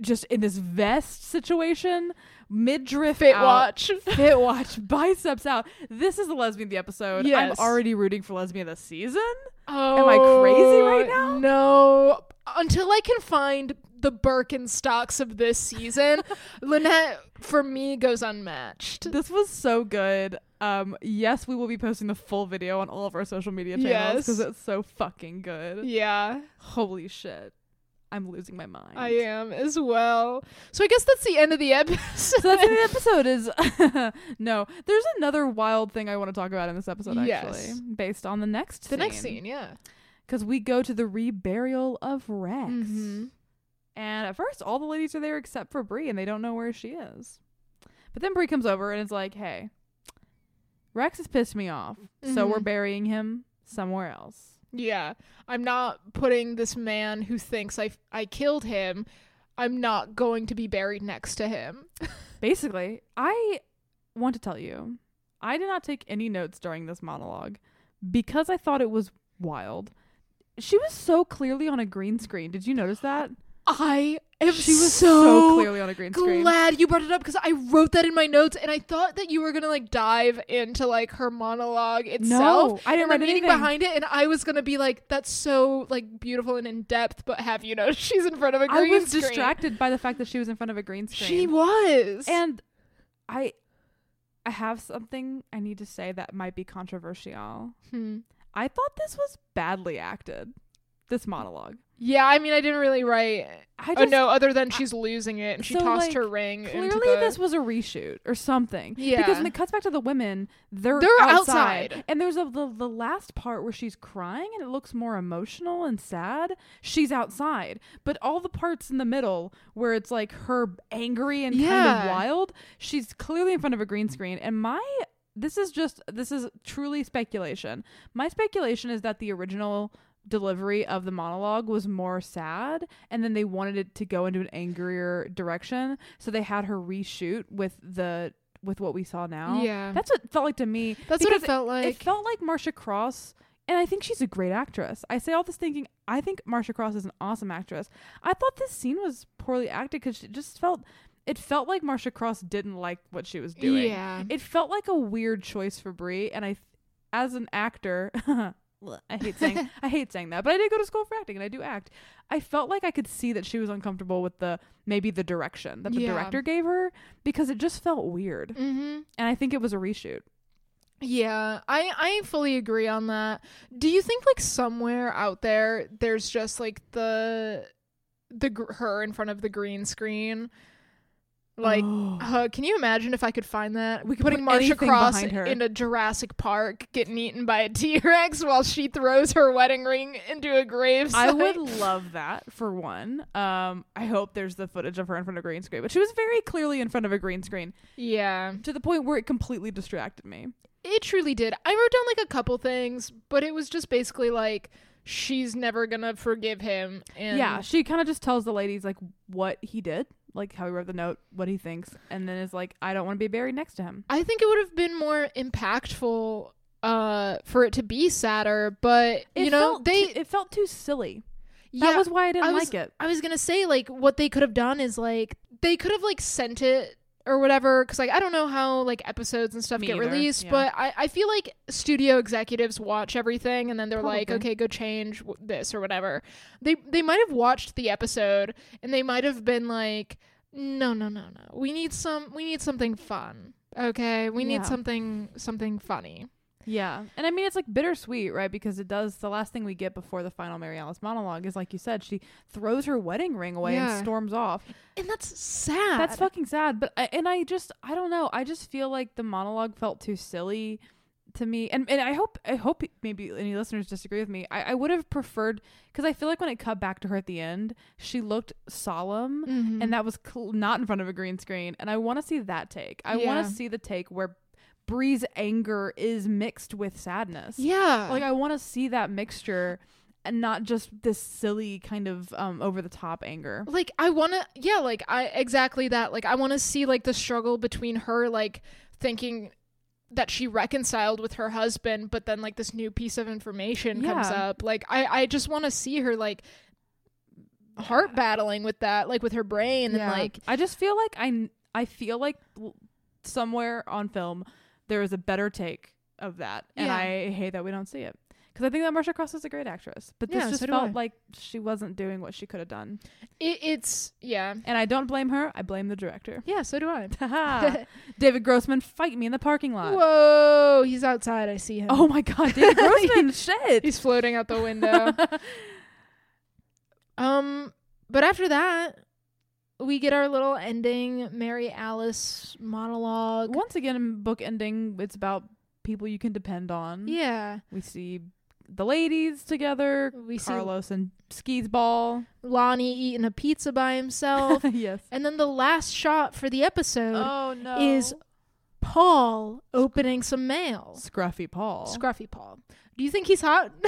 [SPEAKER 2] just in this vest situation, midriff
[SPEAKER 1] Fit
[SPEAKER 2] out,
[SPEAKER 1] watch.
[SPEAKER 2] fit watch, biceps out. This is the lesbian of the episode. I'm
[SPEAKER 1] Yes.
[SPEAKER 2] already rooting for lesbian of the season.
[SPEAKER 1] Oh,
[SPEAKER 2] I crazy right now?
[SPEAKER 1] No. Until I can find the Birkenstocks of this season, Lynette for me goes unmatched.
[SPEAKER 2] This was so good. Um, yes, we will be posting the full video on all of our social media channels
[SPEAKER 1] Yes.
[SPEAKER 2] because it's so fucking good.
[SPEAKER 1] yeah,
[SPEAKER 2] Holy shit. I'm losing my mind.
[SPEAKER 1] I am as well. So I guess that's the end of the episode.
[SPEAKER 2] So that's the episode is no. There's another wild thing I want to talk about in this episode actually,
[SPEAKER 1] Yes.
[SPEAKER 2] based on the next
[SPEAKER 1] the next scene, yeah.
[SPEAKER 2] because we go to the reburial of Rex,
[SPEAKER 1] Mhm.
[SPEAKER 2] and at first all the ladies are there except for Bree, and they don't know where she is. But then Bree comes over and is like, "Hey, Rex has pissed me off, so
[SPEAKER 1] Mhm.
[SPEAKER 2] we're burying him somewhere else."
[SPEAKER 1] Yeah. I'm not putting this man who thinks I I killed him. I'm not going to be buried next to him.
[SPEAKER 2] Basically, I want to tell you, I did not take any notes during this monologue because I thought it was wild. She was so clearly on a green screen. Did you notice that?
[SPEAKER 1] I am
[SPEAKER 2] She was
[SPEAKER 1] so,
[SPEAKER 2] so clearly on a green screen.
[SPEAKER 1] glad you brought it up because I wrote that in my notes and I thought that you were gonna like dive into like her monologue itself.
[SPEAKER 2] I didn't
[SPEAKER 1] and the
[SPEAKER 2] write
[SPEAKER 1] meaning
[SPEAKER 2] anything.
[SPEAKER 1] behind it, and I was gonna be like, "That's so like beautiful and in depth." But have you noticed she's in front of a
[SPEAKER 2] I
[SPEAKER 1] green
[SPEAKER 2] was
[SPEAKER 1] screen?
[SPEAKER 2] distracted by the fact that she was in front of a green screen.
[SPEAKER 1] She was,
[SPEAKER 2] and I I have something I need to say that might be controversial.
[SPEAKER 1] Hmm.
[SPEAKER 2] I thought this was badly acted. This monologue.
[SPEAKER 1] yeah, I mean, I didn't really write.
[SPEAKER 2] I
[SPEAKER 1] oh
[SPEAKER 2] just
[SPEAKER 1] no, other than she's losing it and she
[SPEAKER 2] So,
[SPEAKER 1] tossed
[SPEAKER 2] like,
[SPEAKER 1] her ring. into
[SPEAKER 2] Clearly,
[SPEAKER 1] the-
[SPEAKER 2] this was a reshoot or something.
[SPEAKER 1] Yeah.
[SPEAKER 2] Because when it cuts back to the women, they're
[SPEAKER 1] They're
[SPEAKER 2] outside.
[SPEAKER 1] outside.
[SPEAKER 2] and there's a, the the last part where she's crying and it looks more emotional and sad. She's outside, but all the parts in the middle where it's like her angry and kind
[SPEAKER 1] Yeah.
[SPEAKER 2] of wild, she's clearly in front of a green screen. And my this is just this is truly speculation. My speculation is that the original delivery of the monologue was more sad and then they wanted it to go into an angrier direction so they had her reshoot with the with what we saw now
[SPEAKER 1] Yeah.
[SPEAKER 2] that's what it felt like to me
[SPEAKER 1] That's what it
[SPEAKER 2] because
[SPEAKER 1] felt like.
[SPEAKER 2] it felt like Marcia Cross, and I think she's a great actress. I say all this thinking I think Marcia Cross is an awesome actress. I thought this scene was poorly acted because it just felt it felt like Marcia Cross didn't like what she was doing.
[SPEAKER 1] Yeah.
[SPEAKER 2] It felt like a weird choice for Brie, and I, as an actor, Blech, I hate saying I hate saying that, but I did go to school for acting and I do act. I felt like I could see that she was uncomfortable with the maybe the direction that the
[SPEAKER 1] Yeah.
[SPEAKER 2] director gave her because it just felt weird,
[SPEAKER 1] Mm-hmm.
[SPEAKER 2] and I think it was a reshoot.
[SPEAKER 1] Yeah, I I fully agree on that. Do you think like somewhere out there there's just like the the gr- her in front of the green screen? Like uh, can you imagine if I could find that?
[SPEAKER 2] We could
[SPEAKER 1] putting
[SPEAKER 2] Oh. put
[SPEAKER 1] Marsha
[SPEAKER 2] anything
[SPEAKER 1] Cross
[SPEAKER 2] behind her.
[SPEAKER 1] in a Jurassic Park getting eaten by a T-Rex while she throws her wedding ring into a grave.
[SPEAKER 2] I would love that for one. Um, I hope there's the footage of her in front of a green screen, but she was very clearly in front of a green screen
[SPEAKER 1] Yeah.
[SPEAKER 2] to the point where it completely distracted me.
[SPEAKER 1] It truly did. I wrote down like a couple things, but it was just basically like she's never going to forgive him and
[SPEAKER 2] yeah, she kind of just tells the ladies like what he did, like how he wrote the note, what he thinks, and then is like, I don't want to be buried next to him.
[SPEAKER 1] I think it would have been more impactful uh for it to be sadder, but
[SPEAKER 2] It
[SPEAKER 1] you know
[SPEAKER 2] felt
[SPEAKER 1] they
[SPEAKER 2] too- it felt too silly.
[SPEAKER 1] yeah
[SPEAKER 2] that was why I didn't
[SPEAKER 1] I was-
[SPEAKER 2] like it.
[SPEAKER 1] I was going to say like what they could have done is like they could have like sent it or whatever cuz like I don't know how like episodes and stuff
[SPEAKER 2] Me
[SPEAKER 1] get
[SPEAKER 2] either,
[SPEAKER 1] released,
[SPEAKER 2] yeah.
[SPEAKER 1] but I I feel like studio executives watch everything and then they're like
[SPEAKER 2] Probably.
[SPEAKER 1] okay, go change w- this or whatever. They they might have watched the episode and they might have been like no, no, no, no. We need some we need something fun. Okay, we
[SPEAKER 2] Yeah.
[SPEAKER 1] need something something funny.
[SPEAKER 2] Yeah, and I mean it's like bittersweet, right? Because it does the last thing we get before the final Mary Alice monologue is like you said, she throws her wedding ring away and
[SPEAKER 1] Yeah.
[SPEAKER 2] storms off.
[SPEAKER 1] And that's sad.
[SPEAKER 2] That's fucking sad. But I, and I just I don't know. I just feel like the monologue felt too silly to me. And and I hope I hope maybe any listeners disagree with me. I, I would have preferred because I feel like when it cut back to her at the end, she looked solemn,
[SPEAKER 1] Mhm.
[SPEAKER 2] and that was cl- not in front of a green screen. And I want to see that take. I
[SPEAKER 1] Yeah.
[SPEAKER 2] want to see the take where Bree's anger is mixed with sadness.
[SPEAKER 1] yeah.
[SPEAKER 2] Like I want to see that mixture. and not just this silly kind of um over the top anger.
[SPEAKER 1] like i want to yeah like i exactly that like i want to see like the struggle between her like thinking that she reconciled with her husband but then like this new piece of information comes
[SPEAKER 2] Yeah.
[SPEAKER 1] up like i i just want to see her like heart battling with that like with her brain and like
[SPEAKER 2] I just feel like I I feel like w- somewhere on film there is a better take of that, and
[SPEAKER 1] Yeah.
[SPEAKER 2] I hate that we don't see it because I think that Marcia Cross is a great actress, but this
[SPEAKER 1] Yeah,
[SPEAKER 2] just
[SPEAKER 1] so do I.
[SPEAKER 2] felt like she wasn't doing what she could have done,
[SPEAKER 1] it, it's yeah
[SPEAKER 2] and I don't blame her. I blame the director.
[SPEAKER 1] yeah so do i Ah,
[SPEAKER 2] Haha. David Grossman fight me in the parking lot.
[SPEAKER 1] whoa he's outside i see him
[SPEAKER 2] Oh my God, David Grossman! shit.
[SPEAKER 1] he's floating out the window Um, but after that, we get our little ending Mary Alice monologue.
[SPEAKER 2] Once again, in book ending. It's about people you can depend on.
[SPEAKER 1] Yeah,
[SPEAKER 2] We see the ladies together.
[SPEAKER 1] we see
[SPEAKER 2] Carlos and Skis Ball.
[SPEAKER 1] Lonnie eating a pizza by himself,
[SPEAKER 2] yes.
[SPEAKER 1] and then the last shot for the episode,
[SPEAKER 2] Oh no.
[SPEAKER 1] is Paul opening some mail.
[SPEAKER 2] Scruffy Paul.
[SPEAKER 1] Scruffy Paul. Do you think he's hot?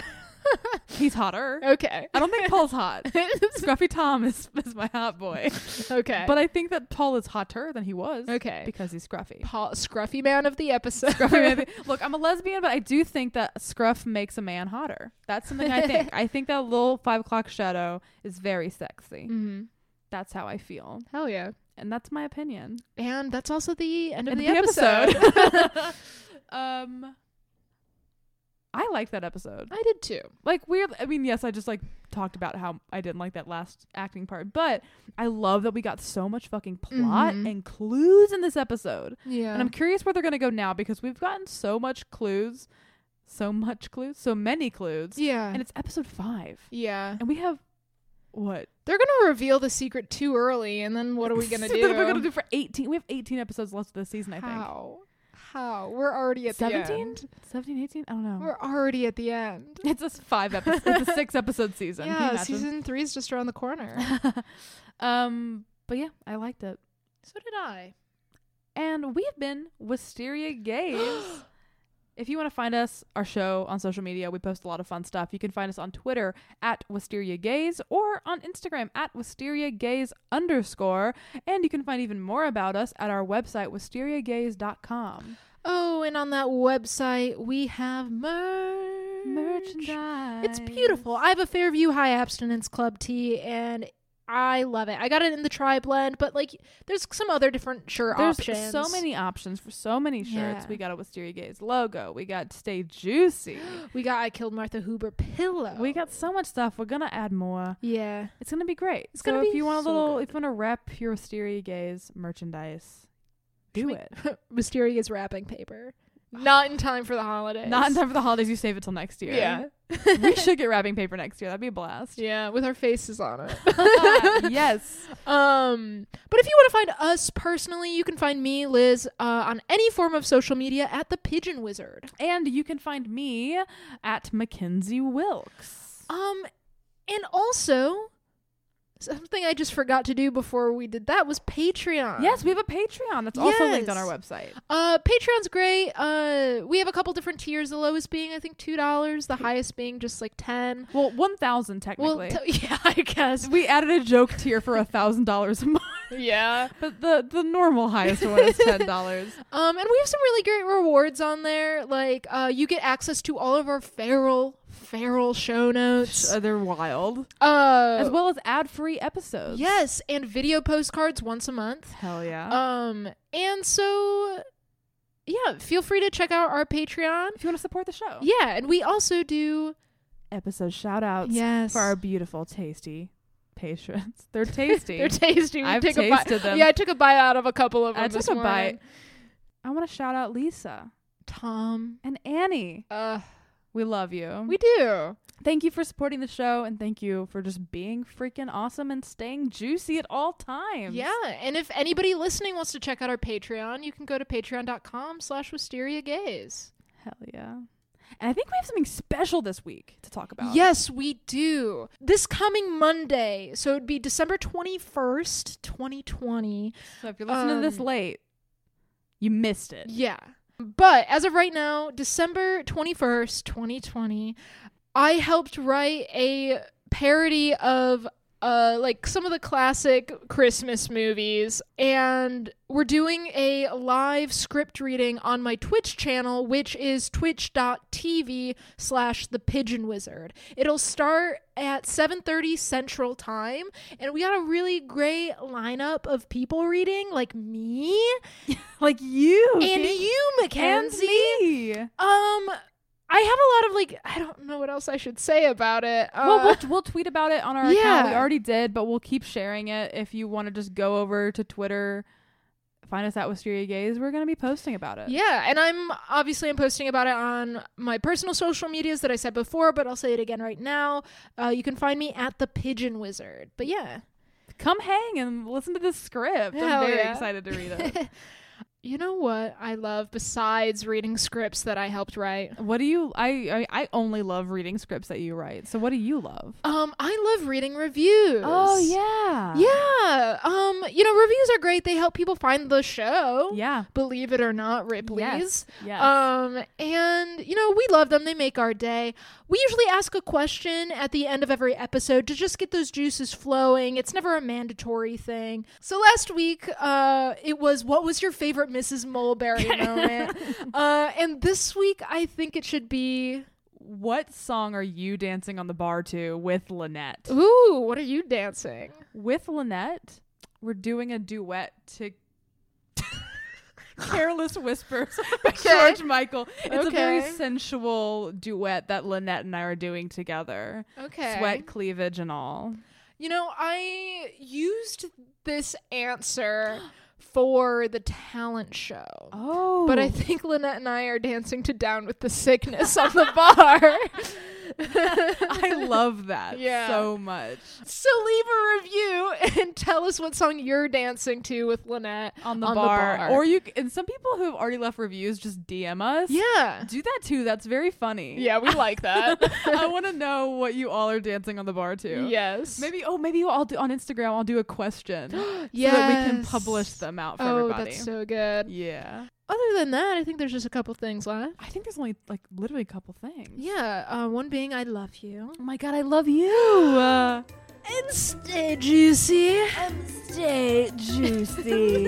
[SPEAKER 2] He's hotter.
[SPEAKER 1] okay.
[SPEAKER 2] I don't think Paul's hot. Scruffy Tom is, is my hot boy.
[SPEAKER 1] okay.
[SPEAKER 2] But I think that Paul is hotter than he was
[SPEAKER 1] okay.
[SPEAKER 2] because he's scruffy.
[SPEAKER 1] Paul, Scruffy man of the episode.
[SPEAKER 2] Scruffy man- Look, I'm a lesbian, but I do think that scruff makes a man hotter. That's something I think. I think that little five o'clock shadow is very sexy.
[SPEAKER 1] hmm
[SPEAKER 2] That's how I feel.
[SPEAKER 1] Hell yeah.
[SPEAKER 2] And that's my opinion.
[SPEAKER 1] And that's also the end of
[SPEAKER 2] End
[SPEAKER 1] the,
[SPEAKER 2] of the
[SPEAKER 1] episode.
[SPEAKER 2] episode. um I like that episode.
[SPEAKER 1] I did too.
[SPEAKER 2] like weird i mean yes i just like talked about how i didn't like that last acting part but i love that we got so much fucking plot
[SPEAKER 1] Mhm.
[SPEAKER 2] and clues in this episode
[SPEAKER 1] Yeah.
[SPEAKER 2] and i'm curious where they're gonna go now because we've gotten so much clues so much clues so many clues
[SPEAKER 1] yeah.
[SPEAKER 2] and it's episode five
[SPEAKER 1] Yeah.
[SPEAKER 2] and we have what
[SPEAKER 1] They're going to reveal the secret too early, and then what are we going to
[SPEAKER 2] Something
[SPEAKER 1] do?
[SPEAKER 2] that we're gonna do for 18 we have 18 episodes left of this season i think
[SPEAKER 1] How? How? We're already at 17? the
[SPEAKER 2] 17
[SPEAKER 1] end.
[SPEAKER 2] 17 18 i don't know
[SPEAKER 1] We're already at the end.
[SPEAKER 2] it's a five episode it's a six episode season Can you
[SPEAKER 1] yeah,
[SPEAKER 2] imagine?
[SPEAKER 1] season three is just around the corner.
[SPEAKER 2] um but yeah i liked it
[SPEAKER 1] so did I.
[SPEAKER 2] And we have been Wisteria Gays. if you want to find us, our show on social media, we post a lot of fun stuff. You can find us on Twitter at Wisteria Gays or on Instagram at Wisteria Gays underscore. And you can find even more about us at our website, WisteriaGays.com.
[SPEAKER 1] Oh, and on that website, we have merch.
[SPEAKER 2] Merchandise.
[SPEAKER 1] It's beautiful. I have a Fairview High Abstinence Club tee, and I love it. I got it in the tri blend, but like, there's some other different shirt
[SPEAKER 2] There's
[SPEAKER 1] options.
[SPEAKER 2] so many options for so many shirts.
[SPEAKER 1] Yeah.
[SPEAKER 2] We got a Wisteria Gays logo. We got Stay Juicy.
[SPEAKER 1] We got I Killed Martha Huber pillow.
[SPEAKER 2] we got so much stuff. We're going to add more.
[SPEAKER 1] Yeah.
[SPEAKER 2] It's gonna be great.
[SPEAKER 1] It's
[SPEAKER 2] so
[SPEAKER 1] gonna
[SPEAKER 2] if
[SPEAKER 1] be
[SPEAKER 2] you want a
[SPEAKER 1] so
[SPEAKER 2] little,
[SPEAKER 1] good.
[SPEAKER 2] if you want to rep your Wisteria Gaze merchandise, do
[SPEAKER 1] we-
[SPEAKER 2] it.
[SPEAKER 1] Mysterio gets wrapping paper. Not in time for the holidays.
[SPEAKER 2] Not in time for the holidays. You save it till next year.
[SPEAKER 1] Yeah.
[SPEAKER 2] we should get wrapping paper next year. That'd be a blast.
[SPEAKER 1] Yeah, with our faces on it.
[SPEAKER 2] yes.
[SPEAKER 1] Um, but if you want to find us personally, you can find me, Liz, uh, on any form of social media at the Pigeon Wizard.
[SPEAKER 2] And you can find me at Mackenzie Wilkes.
[SPEAKER 1] Um, and also something I just forgot to do before we did that was Patreon.
[SPEAKER 2] Yes, we have a Patreon that's also linked on our
[SPEAKER 1] Uh. Yes.
[SPEAKER 2] website.
[SPEAKER 1] Uh, Patreon's great. Uh, we have a couple different tiers. The lowest being I think two dollars.
[SPEAKER 2] Hmm.
[SPEAKER 1] The highest being just like ten.
[SPEAKER 2] Well, one thousand
[SPEAKER 1] Well,
[SPEAKER 2] technically.
[SPEAKER 1] t- yeah, I guess.
[SPEAKER 2] we added a joke tier for a thousand dollars a month,
[SPEAKER 1] Yeah.
[SPEAKER 2] but the the normal highest one is ten dollars.
[SPEAKER 1] Um, and we have some really great rewards on there. Like, uh, you get access to all of our feral, feral show notes.
[SPEAKER 2] They're wild,
[SPEAKER 1] Uh,
[SPEAKER 2] as well as ad free episodes.
[SPEAKER 1] yes, and video postcards once a month.
[SPEAKER 2] Hell yeah.
[SPEAKER 1] Um, and so, yeah, feel free to check out our Patreon.
[SPEAKER 2] if you want to support the show.
[SPEAKER 1] Yeah, and we also do
[SPEAKER 2] Episode shout outs
[SPEAKER 1] yes
[SPEAKER 2] Oh, for our beautiful, tasty patrons. They're tasty.
[SPEAKER 1] They're tasty. We
[SPEAKER 2] I've
[SPEAKER 1] took a bite.
[SPEAKER 2] tasted them.
[SPEAKER 1] Yeah, I took a bite out of a couple of them.
[SPEAKER 2] I took
[SPEAKER 1] this
[SPEAKER 2] a
[SPEAKER 1] morning.
[SPEAKER 2] bite. I want to shout out Lisa
[SPEAKER 1] Tom.
[SPEAKER 2] and Annie.
[SPEAKER 1] Uh,
[SPEAKER 2] We love you.
[SPEAKER 1] we do.
[SPEAKER 2] thank you for supporting the show and thank you for just being freaking awesome and staying juicy at all times.
[SPEAKER 1] Yeah, and if anybody listening wants to check out our Patreon, you can go to patreon.com slash wisteria gaze.
[SPEAKER 2] Hell yeah. And I think we have something special this week to talk about.
[SPEAKER 1] Yes, we do. This coming Monday, so it'd be December 21st, 2020.
[SPEAKER 2] So if you're listening to this
[SPEAKER 1] Um,
[SPEAKER 2] late, you missed it.
[SPEAKER 1] Yeah. But as of right now, December 21st, 2020, I helped write a parody of uh, like some of the classic Christmas movies, and we're doing a live script reading on my Twitch channel, which is twitch.tv slash the pigeon wizard. It'll start at 7.30 Central Time, and we got a really great lineup of people reading, like me
[SPEAKER 2] Like you.
[SPEAKER 1] and
[SPEAKER 2] Kate,
[SPEAKER 1] you,
[SPEAKER 2] and
[SPEAKER 1] Mackenzie.
[SPEAKER 2] me.
[SPEAKER 1] Um, I have a lot of like I don't know what else I should say about it. Uh,
[SPEAKER 2] well, we'll we'll tweet about it on our account. We
[SPEAKER 1] yeah.
[SPEAKER 2] already did, but we'll keep sharing it. If you want to just go over to Twitter, find us at Wisteria Gaze. We're gonna be posting about it.
[SPEAKER 1] Uh, yeah, and I'm obviously I'm posting about it on my personal social medias that I said before, but I'll say it again right now. Uh, you can find me at the Pigeon Wizard. But yeah,
[SPEAKER 2] Come hang and listen to this script.
[SPEAKER 1] Hell
[SPEAKER 2] I'm very
[SPEAKER 1] yeah.
[SPEAKER 2] excited to read it.
[SPEAKER 1] you know what I love besides reading scripts that I helped write.
[SPEAKER 2] what do you? I, I I only love reading scripts that you write. So what do you love?
[SPEAKER 1] Um, I love reading reviews.
[SPEAKER 2] Oh, yeah,
[SPEAKER 1] Oh, yeah. Um, you know reviews are great. They help people find the show.
[SPEAKER 2] yeah,
[SPEAKER 1] Believe it or not, Ripley's.
[SPEAKER 2] yeah.
[SPEAKER 1] Um, and you know, we love them. They make our day. We usually ask a question at the end of every episode to just get those juices flowing. It's never a mandatory thing. So last week, uh, it was what was your favorite Mrs. Mulberry moment? Uh, and this week, I think it should be.
[SPEAKER 2] what song are you dancing on the bar to with Lynette?
[SPEAKER 1] Ooh, what are you dancing?
[SPEAKER 2] with Lynette, we're doing a duet to Careless Whispers by
[SPEAKER 1] Okay.
[SPEAKER 2] George Michael. It's a very
[SPEAKER 1] Okay.
[SPEAKER 2] sensual duet that Lynette and I are doing together.
[SPEAKER 1] Okay.
[SPEAKER 2] Sweat cleavage and all.
[SPEAKER 1] You know, I used this answer for the talent show.
[SPEAKER 2] Oh.
[SPEAKER 1] But I think Lynette and I are dancing to Down with the Sickness on the bar.
[SPEAKER 2] I love that
[SPEAKER 1] Yeah.
[SPEAKER 2] so much.
[SPEAKER 1] so leave a review and tell us what song you're dancing to with Lynette
[SPEAKER 2] On the,
[SPEAKER 1] on
[SPEAKER 2] bar.
[SPEAKER 1] the bar.
[SPEAKER 2] Or you c- and some people who have already left reviews just DM us.
[SPEAKER 1] yeah.
[SPEAKER 2] Do that too. That's very funny.
[SPEAKER 1] Yeah, we like that.
[SPEAKER 2] I want to know what you all are dancing on the bar to.
[SPEAKER 1] yes.
[SPEAKER 2] Maybe oh maybe I'll do on Instagram I'll do a question.
[SPEAKER 1] yes.
[SPEAKER 2] so that we can publish them out for
[SPEAKER 1] Oh,
[SPEAKER 2] everybody.
[SPEAKER 1] that's so good.
[SPEAKER 2] yeah.
[SPEAKER 1] Other than that, I think there's just a couple things left.
[SPEAKER 2] I think there's only like literally a couple things.
[SPEAKER 1] Yeah, uh, one being I love you.
[SPEAKER 2] Oh my god, I love you. Uh,
[SPEAKER 1] And stay juicy.
[SPEAKER 2] stay juicy.